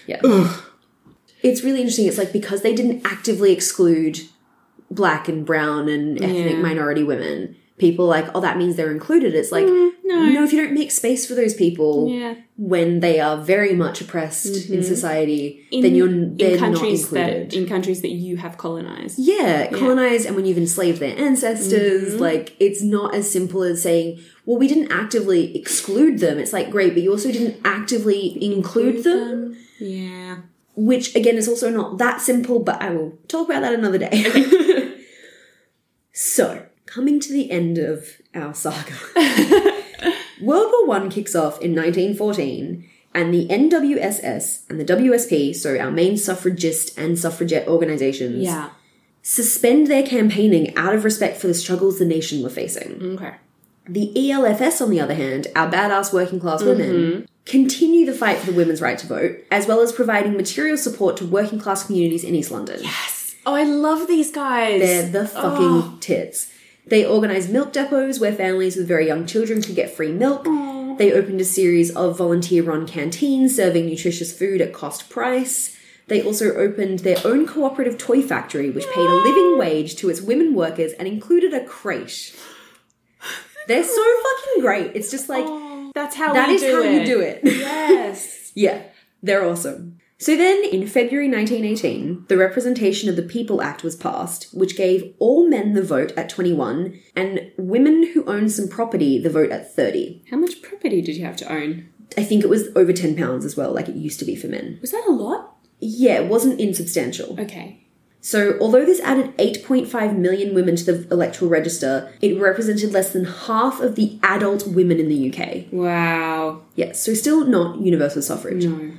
Yeah. It's really interesting. It's like because they didn't actively exclude black and brown and ethnic Yeah. minority women, people like, oh, that means they're included. It's like, no. if you don't make space for those people Mm, Yeah. Mm-hmm. when they are very much oppressed in society, In, then you're in they're not countries included. that in countries that you have colonized. Yeah, Mm-hmm. colonized, and when you've enslaved their ancestors, like it's not as simple as saying, "Well, we didn't actively exclude them." It's like great, but you also didn't actively include them, Yeah. which again is also not that simple. But I will talk about that another day. so, coming to the end of our saga, World War One kicks off in 1914. And the NWSS and the WSP, so our main suffragist and suffragette organizations, Yeah. suspend their campaigning out of respect for the struggles the nation were facing. Okay. The E ELFS, on the other hand, our badass working class women, continue the fight for the women's right to vote, as well as providing material support to working class communities in East London. Yes. Oh, I love these guys. They're the fucking Oh. tits. They organised milk depots where families with very young children could get free milk. They opened a series of volunteer run canteens serving nutritious food at cost price. They also opened their own cooperative toy factory, which paid a living wage to its women workers and included a crèche. They're so fucking great. It's just like, That's how that we is do how it. you do it. Yes. Yeah, they're awesome. So then, in February 1918, the Representation of the People Act was passed, which gave all men the vote at 21 and women who owned some property the vote at 30. how much property did you have to own? I think it was over £10 as well, like it used to be for men. Was that a lot? Yeah, it wasn't insubstantial. Okay. So, although this added 8.5 million women to the electoral register, it represented less than half of the adult women in the UK. Wow. Yes, so still not universal suffrage. No.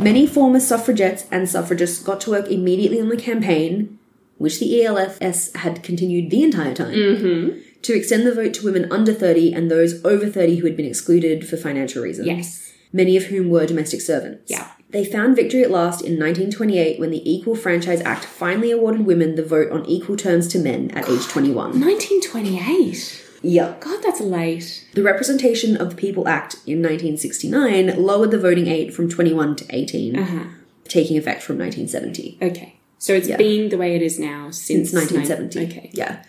Many former suffragettes and suffragists got to work immediately on the campaign, which the E ELFS had continued the entire time, Mm-hmm. to extend the vote to women under 30 and those over 30 who had been excluded for financial reasons, Yes. many of whom were domestic servants. Yeah. They found victory at last in 1928 when the Equal Franchise Act finally awarded women the vote on equal terms to men at age 21. 1928. Yuck. God, that's late. The Representation of the People Act in 1969 lowered the voting age from 21 to 18, Uh-huh. taking effect from 1970. Okay. So it's been the way it is now since, since 1970. nine- okay. Yeah.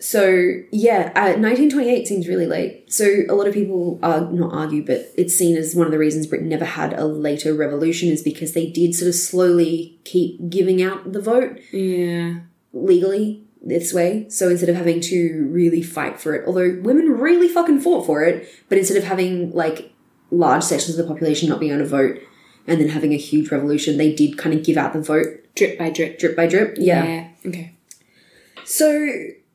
So yeah, uh, 1928 seems really late. So a lot of people are not argue, but it's seen as one of the reasons Britain never had a later revolution is because they did sort of slowly keep giving out the vote Yeah. legally this way. So instead of having to really fight for it, although women really fucking fought for it, but instead of having like large sections of the population not being able to vote and then having a huge revolution, they did kind of give out the vote Drip by drip. drip by drip. yeah. Okay. So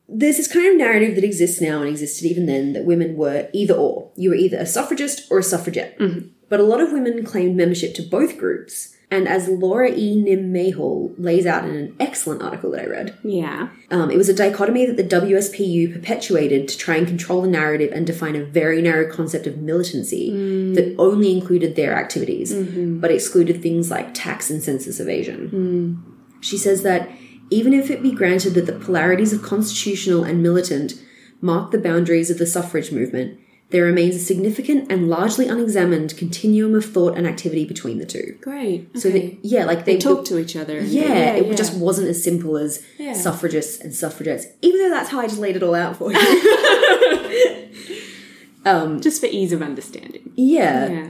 there's this kind of narrative that exists now and existed even then that women were either or. You were either a suffragist or a suffragette. But a lot of women claimed membership to both groups, And as Laura E. Nim Mayhall lays out in an excellent article that I read, Yeah. um, it was a dichotomy that the WSPU perpetuated to try and control the narrative and define a very narrow concept of militancy Mm. that only included their activities, Mm-hmm. but excluded things like tax and census evasion. Mm. She says that even if it be granted that the polarities of constitutional and militant mark the boundaries of the suffrage movement, there remains a significant and largely unexamined continuum of thought and activity between the two. Great. So, okay. that, yeah, like they, they talk to each other. and- yeah, it just wasn't as simple as Yeah. suffragists and suffragettes, even though that's how I just laid it all out for you. just for ease of understanding. yeah. Yeah.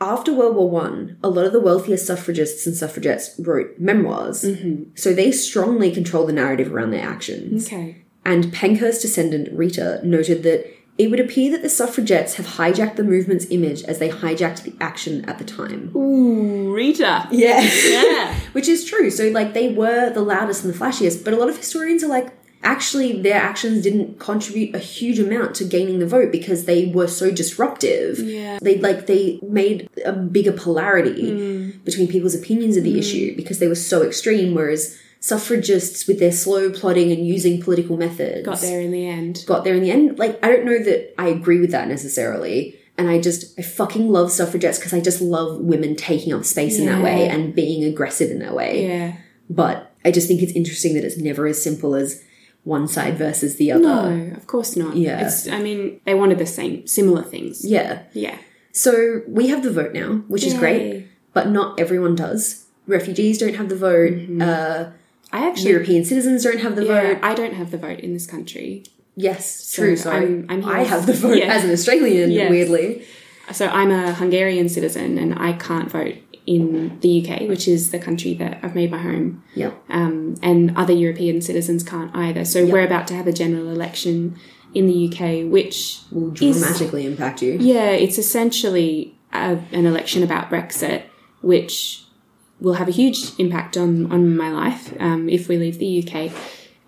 After World War One, a lot of the wealthier suffragists and suffragettes wrote memoirs, so they strongly control the narrative around their actions. Okay. And Pankhurst descendant Rita noted that it would appear that the suffragettes have hijacked the movement's image as they hijacked the action at the time. Ooh, Rita. Yeah. Yeah. Which is true. So, like, they were the loudest and the flashiest, but a lot of historians are like, actually, their actions didn't contribute a huge amount to gaining the vote because they were so disruptive. Yeah. They, like, they made a bigger polarity Hmm. between people's opinions of the issue because they were so extreme, whereas suffragists, with their slow plotting and using political methods, Got there in the end. got there in the end. Like, I don't know that I agree with that necessarily. And I just, I fucking love suffragettes because I just love women taking up space in that way Yeah. and being aggressive in that way. Yeah. But I just think it's interesting that it's never as simple as one side versus the other. No, of course not. Yeah. It's, I mean, they wanted the same, similar things. Yeah. Yeah. So we have the vote now, which is great, Yay. but not everyone does. Refugees don't have the vote. Uh, I actually, European citizens don't have the Mm-hmm. yeah, vote. I don't have the vote in this country. Yes, true. So Sorry, I'm- I'm here I as- have the vote Yeah. as an Australian. Yes. Weirdly, So I'm a Hungarian citizen and I can't vote in the UK, which is the country that I've made my home. yeah. Um, and other European citizens can't either. So we're about to have a general election in the UK, which Will is- dramatically impact you. Yeah, it's essentially a, an election about Brexit, which will have a huge impact on, on my life um, if we leave the UK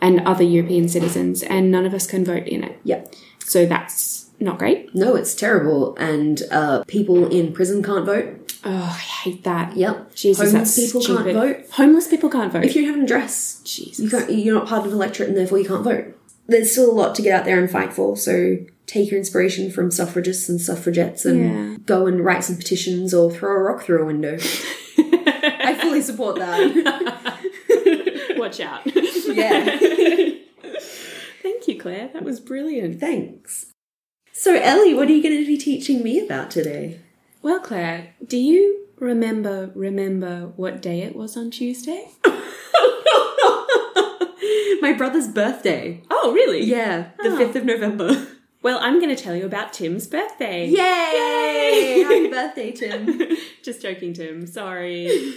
and other European citizens, and none of us can vote in it. Yeah. So that's not great. No, it's terrible. And uh, people in prison can't vote. Oh, I hate that. Yep. Jesus, Homeless that's people stupid. can't vote. Homeless people can't vote. If you don't have an address, Jesus. you can't, you're not part of an electorate and therefore you can't vote. There's still a lot to get out there and fight for. So take your inspiration from suffragists and suffragettes and Yeah. go and write some petitions or throw a rock through a window. I fully support that. Watch out. yeah. Thank you, Claire. That was brilliant. Thanks. So, Ellie, what are you going to be teaching me about today? Well, Claire, do you remember remember what day it was on Tuesday? My brother's birthday. Oh, really? Yeah, the Oh. 5th of November. Well, I'm going to tell you about Tim's birthday. Yay! Yay! Happy birthday, Tim. Just joking, Tim. Sorry.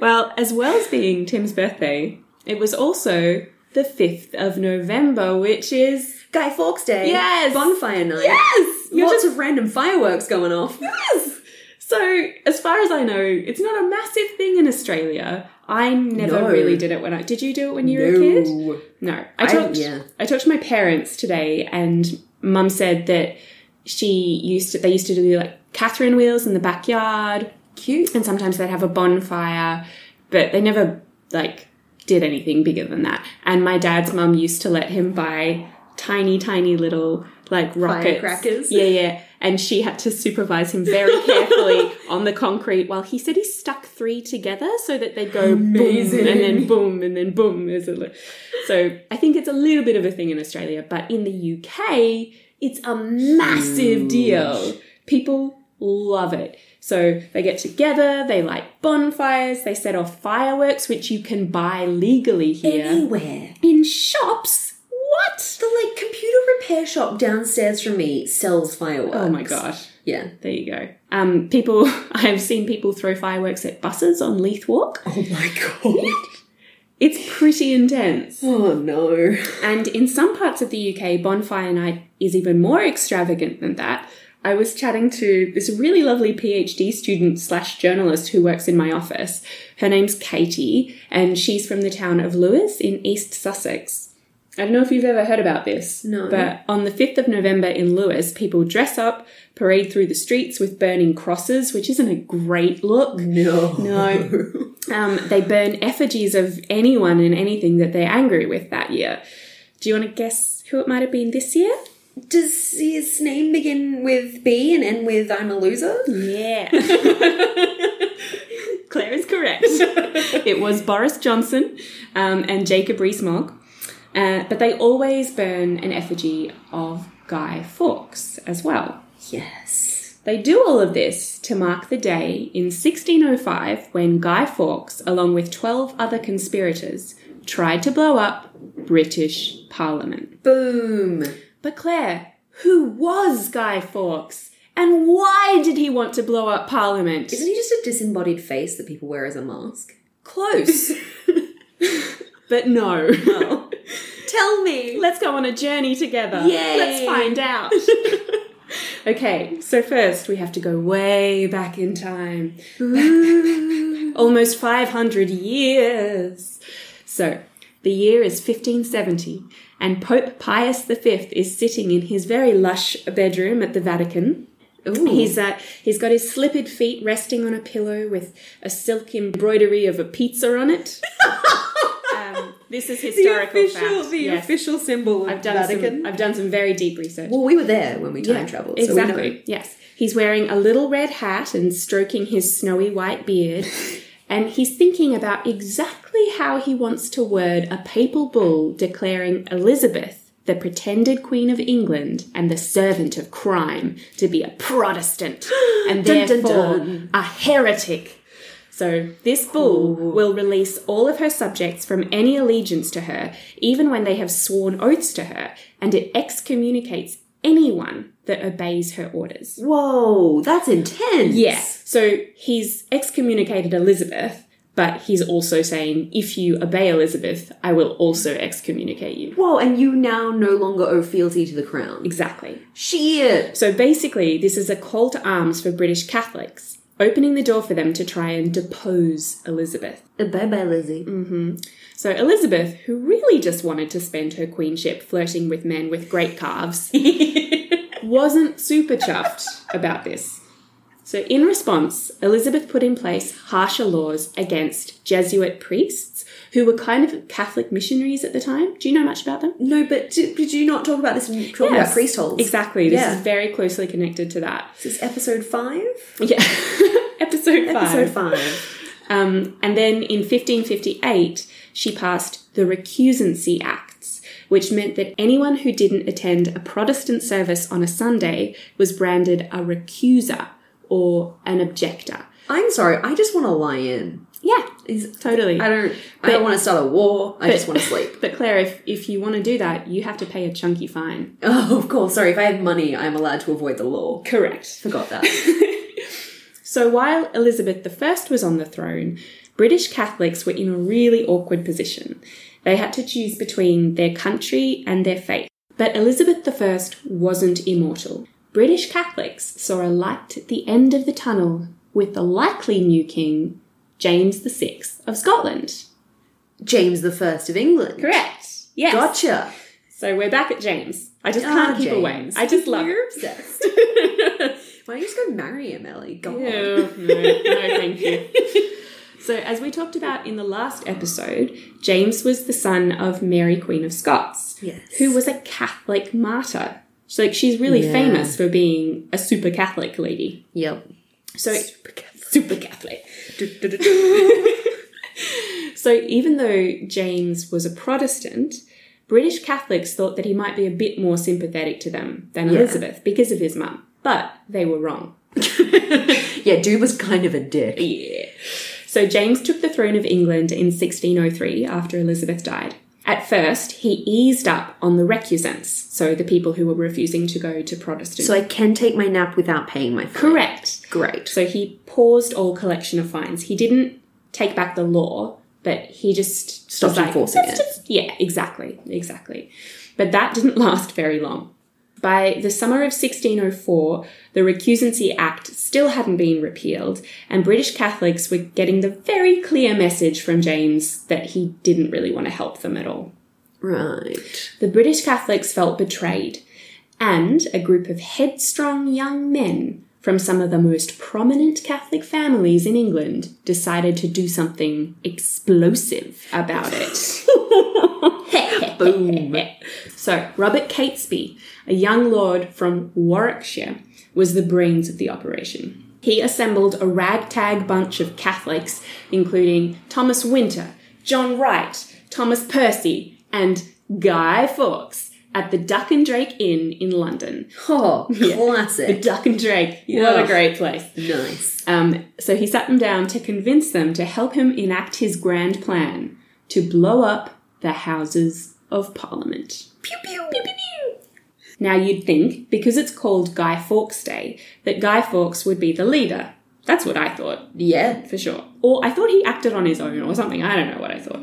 well, as well as being Tim's birthday, it was also the 5th of November, which is. Guy Fawkes Day. Yes. Bonfire night. Yes! You're Lots just. of random fireworks going off. Yes! So, as far as I know, it's not a massive thing in Australia. I never No. really did it when I. Did you do it when you were a kid? No, I I- talked. yeah. I talked to my parents today, and Mum said that she used to. They used to do like Catherine wheels in the backyard, Cute. and sometimes they'd have a bonfire, but they never like did anything bigger than that. And my dad's mum used to let him buy tiny, tiny little like rockets, Firecrackers. Yeah, yeah. And she had to supervise him very carefully on the concrete while he said he stuck three together so that they'd go boom Amazing. and then boom and then boom. There's a li- So I think it's a little bit of a thing in Australia, but in the UK, it's a massive deal. People love it. So they get together, they light bonfires, they set off fireworks, which you can buy legally here Anywhere. in shops. What? The like computer repair shop downstairs from me sells fireworks. Oh my gosh. Yeah. There you go. Um, people, I've seen people throw fireworks at buses on Leith Walk. Oh my god. It's pretty intense. oh no. And in some parts of the UK, bonfire night is even more extravagant than that. I was chatting to this really lovely PhD student slash journalist who works in my office. Her name's Katie, and she's from the town of Lewis in East Sussex. I don't know if you've ever heard about this, No. but on the 5th of November in Lewis, people dress up, parade through the streets with burning crosses, which isn't a great look. No. No. Um, they burn effigies of anyone and anything that they're angry with that year. Do you want to guess who it might have been this year? Does his name begin with B and end with I'm a loser? Yeah. Claire is correct. it was Boris Johnson um, and Jacob Rees-Mogg. Uh, but they always burn an effigy of Guy Fawkes as well. Yes. They do all of this to mark the day in 1605 when Guy Fawkes, along with 12 other conspirators, tried to blow up British Parliament. Boom. But Claire, who was Guy Fawkes? And why did he want to blow up Parliament? Isn't he just a disembodied face that people wear as a mask? Close. but no. Tell me. Let's go on a journey together. Yay. Let's find out. okay, so first we have to go way back in time. Almost 500 years. So, the year is 1570, and Pope Pius V is sitting in his very lush bedroom at the Vatican. He's uh, he's got his slippered feet resting on a pillow with a silk embroidery of a pizza on it. um, this is historical fact. Yes. official symbol of I've done some. I've done some very deep research. well, we were there when we time Yeah, traveled. So we Exactly. know. Yes. He's wearing a little red hat and stroking his snowy white beard. And he's thinking about exactly how he wants to word a papal bull declaring Elizabeth, the pretended Queen of England and the servant of crime, to be a Protestant and Dun, dun, therefore a heretic. So, this bull will release all of her subjects from any allegiance to her, even when they have sworn oaths to her, and it excommunicates anyone that obeys her orders. Whoa, that's intense. Yes. So, he's excommunicated Elizabeth, but he's also saying, if you obey Elizabeth, I will also excommunicate you. Whoa, and you now no longer owe fealty to the crown. Exactly. Shit. So basically, this is a call to arms for British Catholics, opening the door for them to try and depose Elizabeth. Bye bye, Lizzie. Mm. So Elizabeth, who really just wanted to spend her queenship flirting with men with great calves, wasn't super chuffed about this. So, in response, Elizabeth put in place harsher laws against Jesuit priests who were kind of Catholic missionaries at the time. Do you know much about them? No, but did, did you not talk about this when you were talking Yes. about priest holes? Exactly. This Yeah. is very closely connected to that. This is episode five. Yeah. Episode 5. Episode five. Um, and then in 1558, she passed the Recusancy Acts, which meant that anyone who didn't attend a Protestant service on a Sunday was branded a recuser or an objector. I'm sorry. I just want to lie in. Yeah, Is- totally. I don't. I don't want to start a war. I just want to sleep. But Claire, if, if you want to do that, you have to pay a chunky fine. Oh, of course. Sorry. If I have money, I'm allowed to avoid the law. Correct. Forgot that. So while Elizabeth I was on the throne, British Catholics were in a really awkward position. They had to choose between their country and their faith. But Elizabeth I wasn't immortal. British Catholics saw a light at the end of the tunnel with the likely new king, James VI of Scotland. James the First of England. Correct. Yes. Gotcha. So we're back at James. I just Ah, can't keep James. away. I just love You're it. obsessed. Why don't you just go marry him, Ellie? God. Ew, no, no, thank you. So, as we talked about in the last episode, James was the son of Mary, Queen of Scots, Yes. who was a Catholic martyr. So, like, she's really Yeah. famous for being a super Catholic lady. Yep. So, super Catholic. So, even though James was a Protestant, British Catholics thought that he might be a bit more sympathetic to them than Elizabeth because of his mum. But they were wrong. yeah, dude was kind of a dick. Yeah. So James took the throne of England in 1603 after Elizabeth died. At first, he eased up on the recusants, so the people who were refusing to go to Protestant. So I can take my nap without paying my fine. Correct. Great. So he paused all collection of fines. He didn't take back the law, but he just Stopped was like, enforcing "Let's it." just-" yeah, exactly, exactly. But that didn't last very long. By the summer of 1604, the Recusancy Act still hadn't been repealed, and British Catholics were getting the very clear message from James that he didn't really want to help them at all. Right. The British Catholics felt betrayed, and a group of headstrong young men from some of the most prominent Catholic families in England decided to do something explosive about it. Boom. So, Robert Catesby, a young lord from Warwickshire, was the brains of the operation. He assembled a ragtag bunch of Catholics, including Thomas Winter, John Wright, Thomas Percy, and Guy Fawkes at the Duck and Drake Inn in London. Oh, The classic. Duck and Drake, what Yeah. a great place. Nice. Um, so he sat them down to convince them to help him enact his grand plan to blow up the Houses of Parliament. Pew pew pew pew. Now you'd think, because it's called Guy Fawkes Day, that Guy Fawkes would be the leader. That's what I thought, Yeah. for sure. Or I thought he acted on his own or something, I don't know what I thought.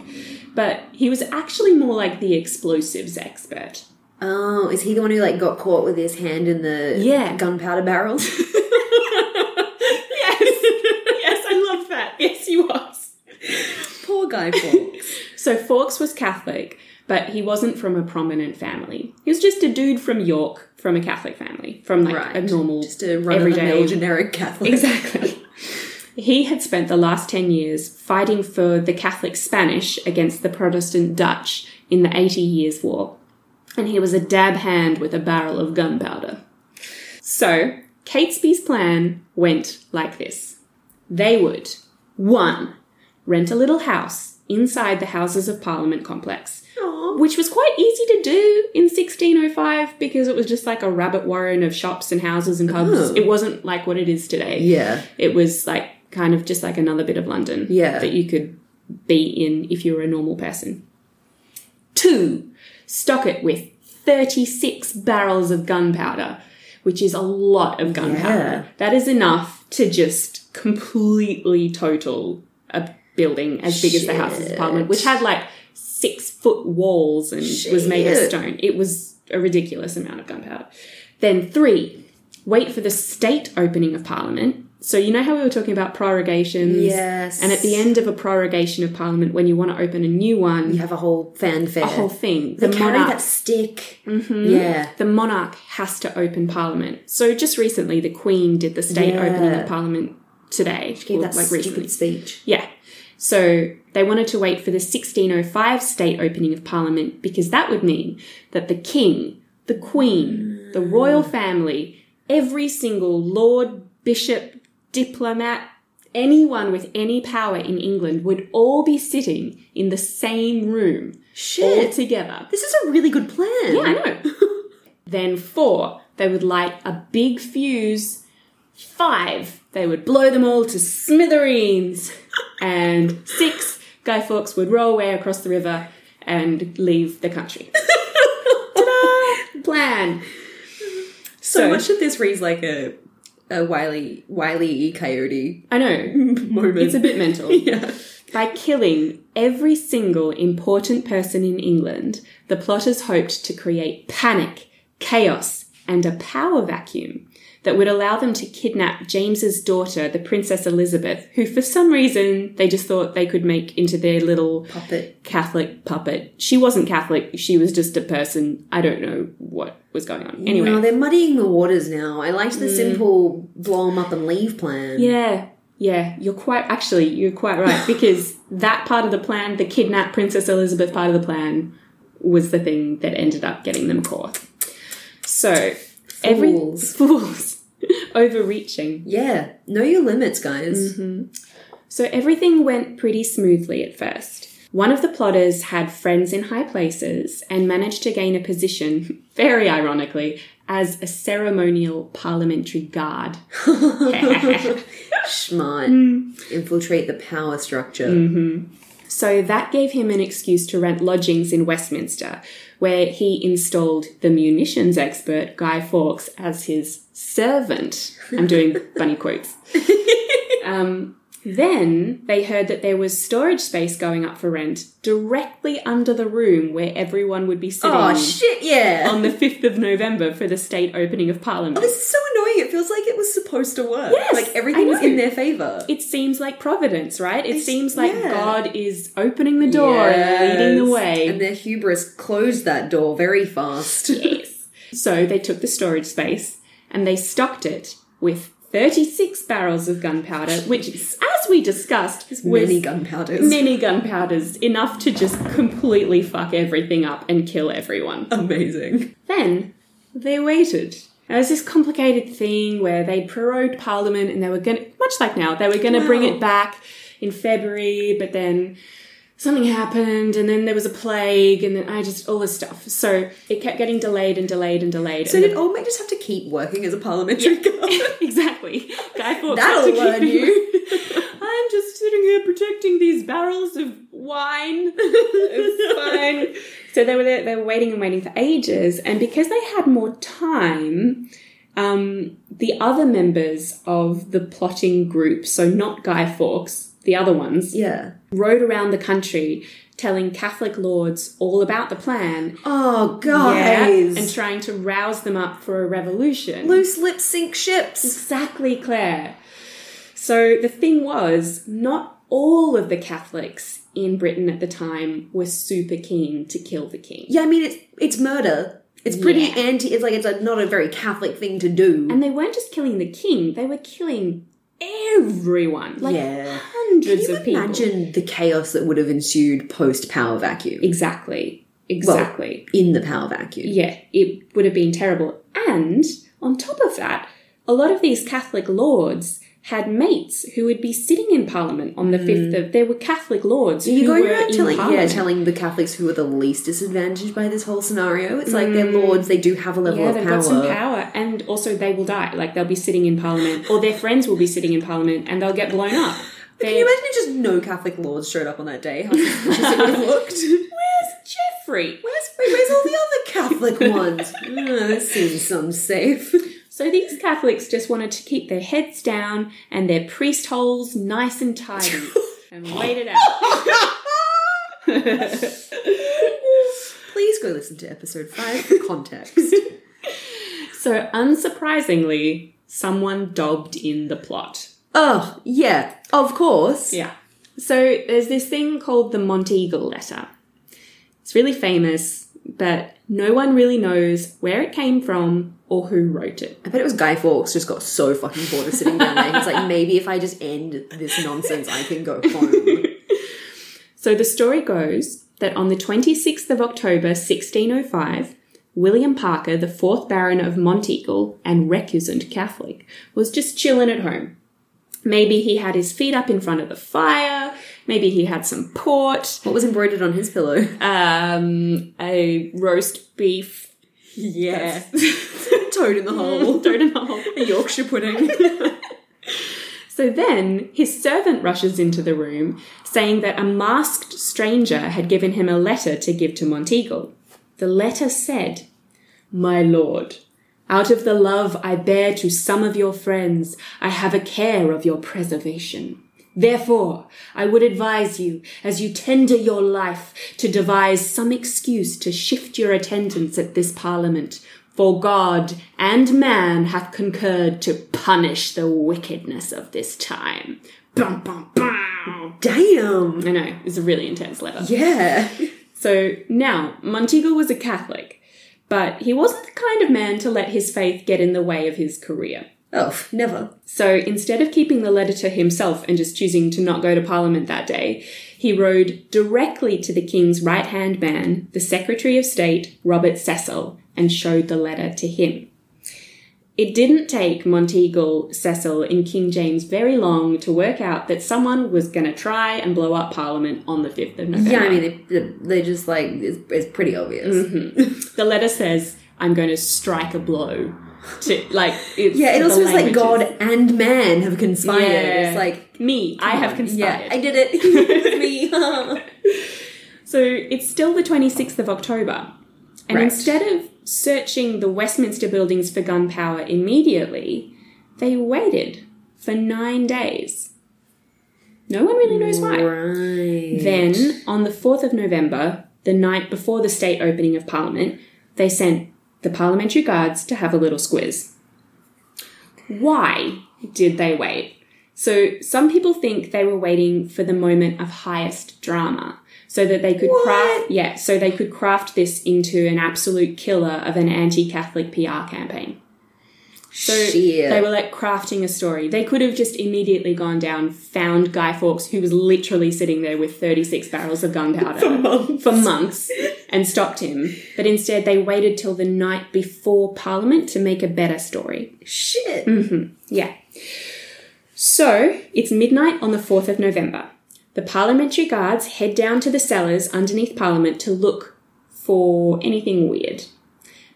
But he was actually more like the explosives expert. Oh, is he the one who like got caught with his hand in the Yeah. gunpowder barrel? yes, yes, I love that. Yes, he was. Poor guy Fawkes. So Fawkes was Catholic, but he wasn't from a prominent family. He was just a dude from York, from a Catholic family, from like a Right. normal, Just a run-of-the-mill generic Catholic. Exactly. He had spent the last 10 years fighting for the Catholic Spanish against the Protestant Dutch in the 80 Years' War, and he was a dab hand with a barrel of gunpowder. So, Catesby's plan went like this they would 1. Rent a little house inside the Houses of Parliament complex Aw. which was quite easy to do in 1605 because it was just like a rabbit warren of shops and houses and pubs. Oh. It wasn't like what it is today. Yeah. It was like kind of just like another bit of London Yeah. that you could be in if you were a normal person. Two, stock it with 36 barrels of gunpowder, which is a lot of Yeah. gunpowder. That is enough to just completely total a building as big as the Houses of Parliament, which had like six foot walls and was made of Shit. stone. It was a ridiculous amount of gunpowder. Then three, wait for the state opening of Parliament. So you know how we were talking about prorogations? Yes. And at the end of a prorogation of Parliament, when you want to open a new one, You have a whole Mm-hmm. fanfare. the whole thing, the they carry monarch, that stick. Yeah. the monarch has to open Parliament. So just recently, the Queen did the state opening Yeah. of Parliament today. Gave or, that like stupid recently. speech. Yeah. So they wanted to wait for the 1605 state opening of Parliament because that would mean that the King, the Queen, the royal family, every single lord, bishop, diplomat, anyone with any power in England would all be sitting in the same room, all Shit. together. This is a really good plan. Yeah, I know. then four, they would light a big fuse. Five, they would blow them all to smithereens. And six, Guy Fawkes would row away across the river and leave the country. Ta-da! Plan. So, So- much of this reads like a a wily wily E. coyote I know. moment. It's a bit mental. yeah. By killing every single important person in England, the plotters hoped to create panic, chaos, and a power vacuum that would allow them to kidnap James's daughter, the Princess Elizabeth, who for some reason they just thought they could make into their little puppet. Catholic puppet. She wasn't Catholic, she was just a person. I don't know what was going on. Anyway. Mm. No, they're muddying the waters now. I liked the simple blow them up and leave plan. Yeah, yeah, you're quite actually you're quite right because that part of the plan, the kidnap Princess Elizabeth part of the plan, was the thing that ended up getting them caught. So every Fools. fools overreaching. Yeah. Know your limits, guys. Mm-hmm. So everything went pretty smoothly at first. One of the plotters had friends in high places and managed to gain a position, very ironically, as a ceremonial parliamentary guard. Smart. Mm. Infiltrate the power structure. So that gave him an excuse to rent lodgings in Westminster, where he installed the munitions expert Guy Fawkes as his servant. I'm doing bunny quotes. Um, Then they heard that there was storage space going up for rent directly under the room where everyone would be sitting Oh shit, yeah. on the 5th of November for the state opening of Parliament. Oh, this is so annoying. It feels like it was supposed to work. Yes, like I everything was know. in their favor. it seems like providence, right? It It's- seems like yeah. God is opening the door and leading the Yes. way. And their hubris closed that door very fast. yes. So they took the storage space and they stocked it with 36 barrels of gunpowder, which, as we discussed, was Many gunpowders. many gunpowders, enough to just completely fuck everything up and kill everyone. Amazing. Then they waited. Now, there's this complicated thing where they prorogued Parliament and they were going to, much like now, they were going to bring Wow. it back in February, but then something happened and then there was a plague and then I just, all this stuff. So it kept getting delayed and delayed and delayed. So and did Old Mate just have to keep working as a parliamentary guard? exactly. Guy Fawkes had That'll to keep learn him- you. I'm just sitting here protecting these barrels of wine. It's So they were there, they were waiting and waiting for ages, and because they had more time, um, the other members of the plotting group, so not Guy Fawkes, the other ones, Yeah. rode around the country telling Catholic lords all about the plan. Oh, Yeah, guys. and trying to rouse them up for a revolution. Loose lips sink ships. Exactly, Claire. So the thing was, not all of the Catholics in Britain at the time were super keen to kill the king. Yeah, I mean, it's, it's murder. It's pretty Yeah. anti. It's like, it's like not a very Catholic thing to do. And they weren't just killing the king, they were killing everyone. Like yeah. hundreds Can you of people. imagine the chaos that would have ensued post power vacuum? Exactly. Exactly. In the power vacuum. yeah, it would have been terrible. And on top of that, a lot of these Catholic lords had mates who would be sitting in Parliament on the fifth of. There were Catholic lords Mm. You're who going were around in telling, yeah, Parliament. telling the Catholics who are the least disadvantaged by this whole scenario. It's like they're lords, they do have a level Mm. Yeah, of they've power. got some power, and also they will die. Like they'll be sitting in parliament, or their friends will be sitting in parliament, and they'll get blown up. Can you imagine if just no Catholic lords showed up on that day? How suspicious it would have looked. Where's Jeffrey? Where's, wait, where's all the other Catholic ones? Mm, this seems some safe. So these Catholics just wanted to keep their heads down and their priest holes nice and tidy, and wait it out. Please go listen to episode five for context. so unsurprisingly, someone dobbed in the plot. oh yeah, of course. Yeah. So there's this thing called the Monteagle letter. It's really famous, but no one really knows where it came from or who wrote it. I bet it was Guy Fawkes just got so fucking bored of sitting down there. He's like, maybe if I just end this nonsense, I can go home. So the story goes that on the 26th of October 1605, William Parker, the fourth Baron of Monteagle and recusant Catholic, was just chilling at home. Maybe he had his feet up in front of the fire, maybe he had some port, What was embroidered on his pillow? um, a roast beef Yeah. Mm. Toad in the hole. Don't know. A Yorkshire pudding. So then his servant rushes into the room saying that a masked stranger had given him a letter to give to Monteagle. The letter said, My lord, out of the love I bear to some of your friends, I have a care of your preservation. Therefore, I would advise you, as you tender your life, to devise some excuse to shift your attendance at this parliament, for God and man hath concurred to punish the wickedness of this time. Bum, bum, bum. Damn. I know, it's a really intense letter. Yeah. So now, Monteagle was a Catholic, but he wasn't the kind of man to let his faith get in the way of his career. Oh, never. So instead of keeping the letter to himself and just choosing to not go to Parliament that day, he rode directly to the King's right hand man, the Secretary of State, Robert Cecil, and showed the letter to him. It didn't take Monteagle, Cecil, and King James very long to work out that someone was going to try and blow up Parliament on the 5th of November. Yeah, I mean, they, they just like, it's, it's pretty obvious. Mm-hmm. the letter says, I'm going to strike a blow. To, like, it's, Yeah, it the also is like language is- God and man have conspired. Yeah. It's like, Me, I have conspired. yeah, I did it. It's me. So it's still the 26th of October. And Right. instead of searching the Westminster buildings for gunpowder immediately, they waited for nine days. No one really knows why. Right. Then, on the 4th of November, the night before the state opening of Parliament, they sent the parliamentary guards to have a little squiz. Why did they wait? So, some people think they were waiting for the moment of highest drama. So that they could craft, yeah, so they could craft this into an absolute killer of an anti-Catholic PR campaign. So Shit. they were like crafting a story. They could have just immediately gone down, found Guy Fawkes, who was literally sitting there with 36 barrels of gunpowder for months. months, and stopped him. But instead, they waited till the night before Parliament to make a better story. Shit. Mm. Yeah. So it's midnight on the 4th of November. The parliamentary guards head down to the cellars underneath Parliament to look for anything weird.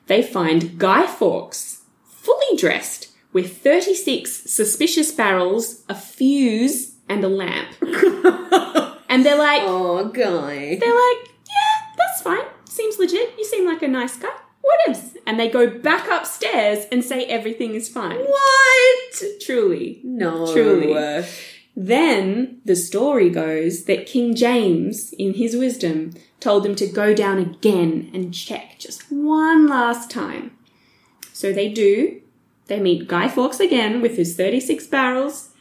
They find Guy Fawkes, fully dressed, with 36 suspicious barrels, a fuse, and a lamp. and they're like, Oh, guy. they're like, yeah, that's fine. Seems legit. You seem like a nice guy. What ifs? And they go back upstairs and say everything is fine. What? Truly. No. Truly. Then the story goes that King James, in his wisdom, told them to go down again and check just one last time. So they do. They meet Guy Fawkes again with his 36 barrels,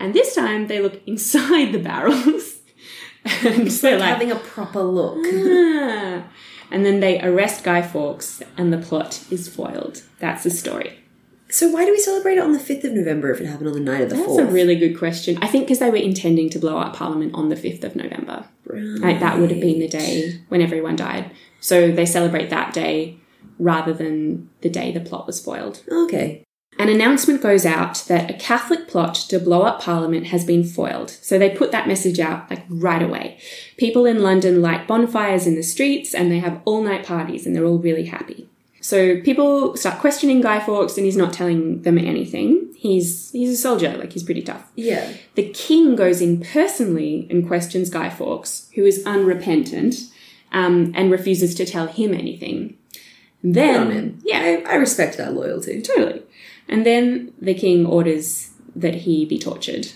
and this time they look inside the barrels. and they're like, Having a proper look. "Ah." and then they arrest Guy Fawkes, and the plot is foiled. That's the story. So why do we celebrate it on the 5th of November if it happened on the night of the That's 4th? a really good question. I think because they were intending to blow up Parliament on the 5th of November. Like that would have been the day when everyone died. So they celebrate that day rather than the day the plot was foiled. Okay. An announcement goes out that a Catholic plot to blow up Parliament has been foiled. So they put that message out like right away. People in London light bonfires in the streets and they have all night parties and they're all really happy. So people start questioning Guy Fawkes and he's not telling them anything. He's he's a soldier, like he's pretty tough. Yeah. The king goes in personally and questions Guy Fawkes, who is unrepentant um, and refuses to tell him anything. Then, on him. yeah, Um, I, I respect that loyalty. totally. And then the king orders that he be tortured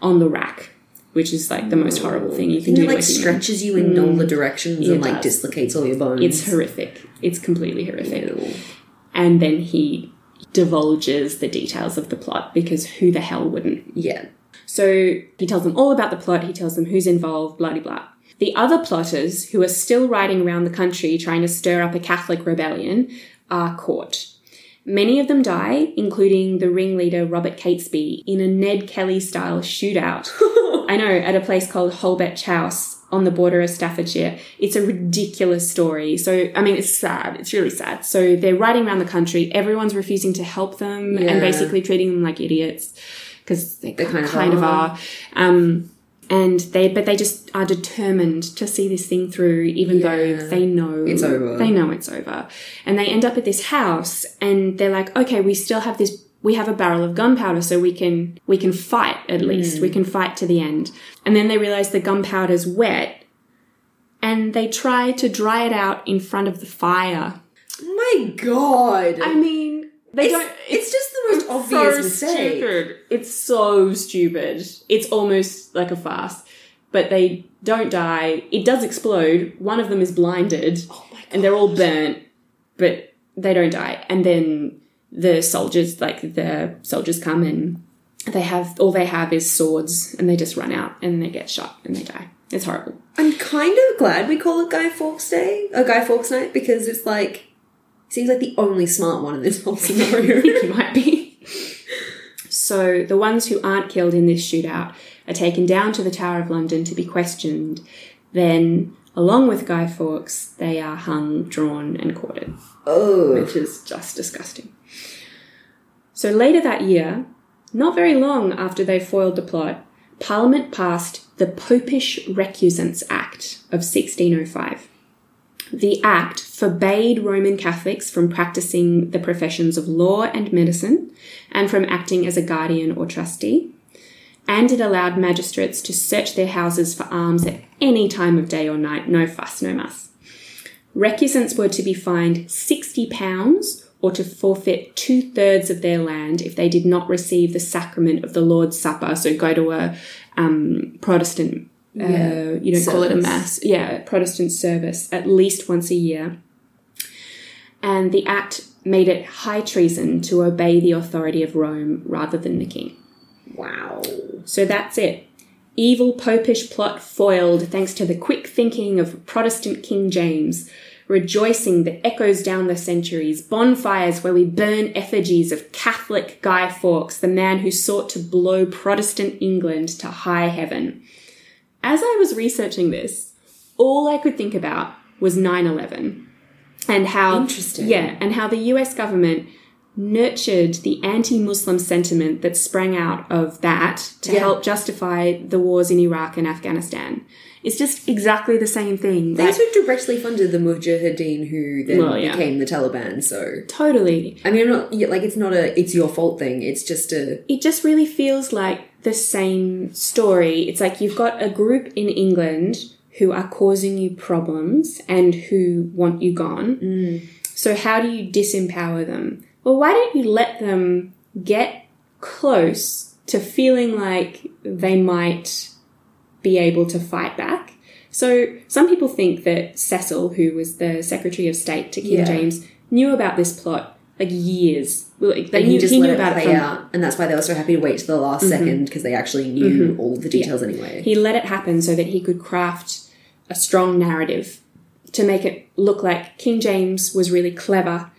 on the rack, which is like the most horrible thing you can And do. it like to a human. stretches you mm, in all the directions and it like does. dislocates all your bones. It's horrific. It's completely horrific. Ew. And then he divulges the details of the plot because who the hell wouldn't? Yeah. So he tells them all about the plot, he tells them who's involved, blah de blah. The other plotters who are still riding around the country trying to stir up a Catholic rebellion are caught. Many of them die, including the ringleader Robert Catesby, in a Ned Kelly style shootout. I know, at a place called Holbetch House on the border of Staffordshire. It's a ridiculous story. So, I mean, it's sad. It's really sad. So, they're riding around the country. Everyone's refusing to help them Yeah. and basically treating them like idiots because they, kind, kind of, of are. are. Um, and they, but they just are determined to see this thing through, even though Yeah. they know It's over. They know it's over, and they end up at this house, and they're like, okay, we still have this. We have a barrel of gunpowder, so we can we can fight at Mm. least. We can fight to the end. And then they realize the gunpowder's wet, and they try to dry it out in front of the fire. My god. I mean, they it's, don't. it's just the most obvious mistake. Stupid. It's so stupid. It's almost like a farce. But they don't die. It does explode. One of them is blinded. Oh And they're all burnt. But they don't die. And then the soldiers, like the soldiers come and they have all they have is swords and they just run out and they get shot and they die. It's horrible. I'm kind of glad we call it Guy Fawkes Day, or Guy Fawkes Night, because it's like seems like the only smart one in this whole scenario. think you might be. So the ones who aren't killed in this shootout are taken down to the Tower of London to be questioned. Then, along with Guy Fawkes, they are hung, drawn, and quartered, oh, which is just disgusting. So later that year, not very long after they foiled the plot, Parliament passed the Popish Recusants Act of 1605. The act forbade Roman Catholics from practicing the professions of law and medicine and from acting as a guardian or trustee, and it allowed magistrates to search their houses for arms at any time of day or night, no fuss, no muss. Recusants were to be fined £60 or to forfeit two thirds of their land if they did not receive the sacrament of the Lord's Supper. So go to a um, Protestant, uh, Yeah, you don't call it a service. mass, yeah, Protestant service at least once a year. And the act made it high treason to obey the authority of Rome rather than the king. Wow. So that's it. Evil popish plot foiled thanks to the quick thinking of Protestant King James. Rejoicing that echoes down the centuries, bonfires where we burn effigies of Catholic Guy Fawkes, the man who sought to blow Protestant England to high heaven. As I was researching this, all I could think about was 9 11 and how. Interesting. Yeah, and how the US government nurtured the anti Muslim sentiment that sprang out of that to Yeah. help justify the wars in Iraq and Afghanistan. It's just exactly the same thing. They that- also directly funded the Mujahideen who then Well, yeah. became the Taliban, so totally. I mean, I'm not yeah, like it's not a it's your fault thing. It's just a It just really feels like the same story. It's like you've got a group in England who are causing you problems and who want you gone. Mm. So, how do you disempower them? Well, why don't you let them get close to feeling like they might be able to fight back? So, some people think that Cecil, who was the Secretary of State to King Yeah. James, knew about this plot like years. Like, they and knew, you just he let knew it about it play from Mm-hmm. out, and that's why they were so happy to wait to the last second because they actually knew all the details anyway. He let it happen so that he could craft a strong narrative to make it look like King James was really clever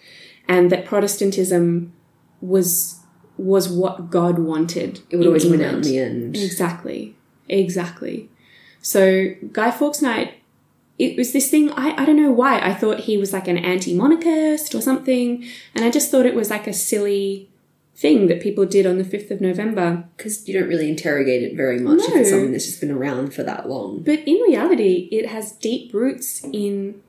and that Protestantism was was what God wanted. it would always win out in the end. Mm. Exactly. Exactly. So Guy Fawkes Night it was this thing I, I don't know why. I thought he was like an anti monarchist or something, and I just thought it was like a silly thing that people did on the fifth of November. Because you don't really interrogate it very much if it's No. something that's just been around for that long. But in reality, it has deep roots in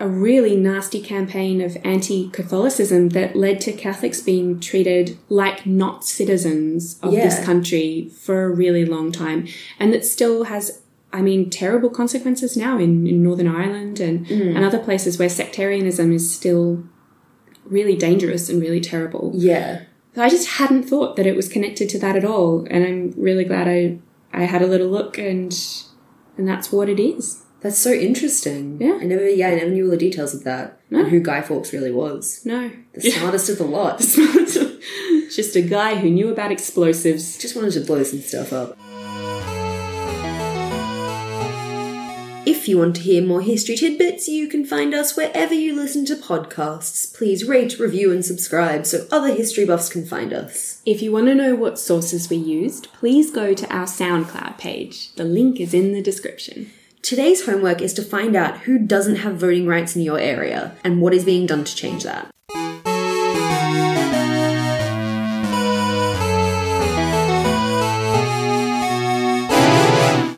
a really nasty campaign of anti Catholicism that led to Catholics being treated like not citizens of this Yeah. country for a really long time. And that still has, I mean, terrible consequences now in, in Northern Ireland and, and other places where sectarianism is still really dangerous and really terrible. Yeah. I just hadn't thought that it was connected to that at all, and I'm really glad I I had a little look and and that's what it is. That's so interesting. Yeah. I never yeah, I never knew all the details of that. No. And who Guy Fawkes really was. No, The smartest of the lot. it's just a guy who knew about explosives. Just wanted to blow some stuff up. If you want to hear more history tidbits, you can find us wherever you listen to podcasts. Please rate, review, and subscribe so other history buffs can find us. If you want to know what sources we used, please go to our SoundCloud page. The link is in the description. Today's homework is to find out who doesn't have voting rights in your area and what is being done to change that.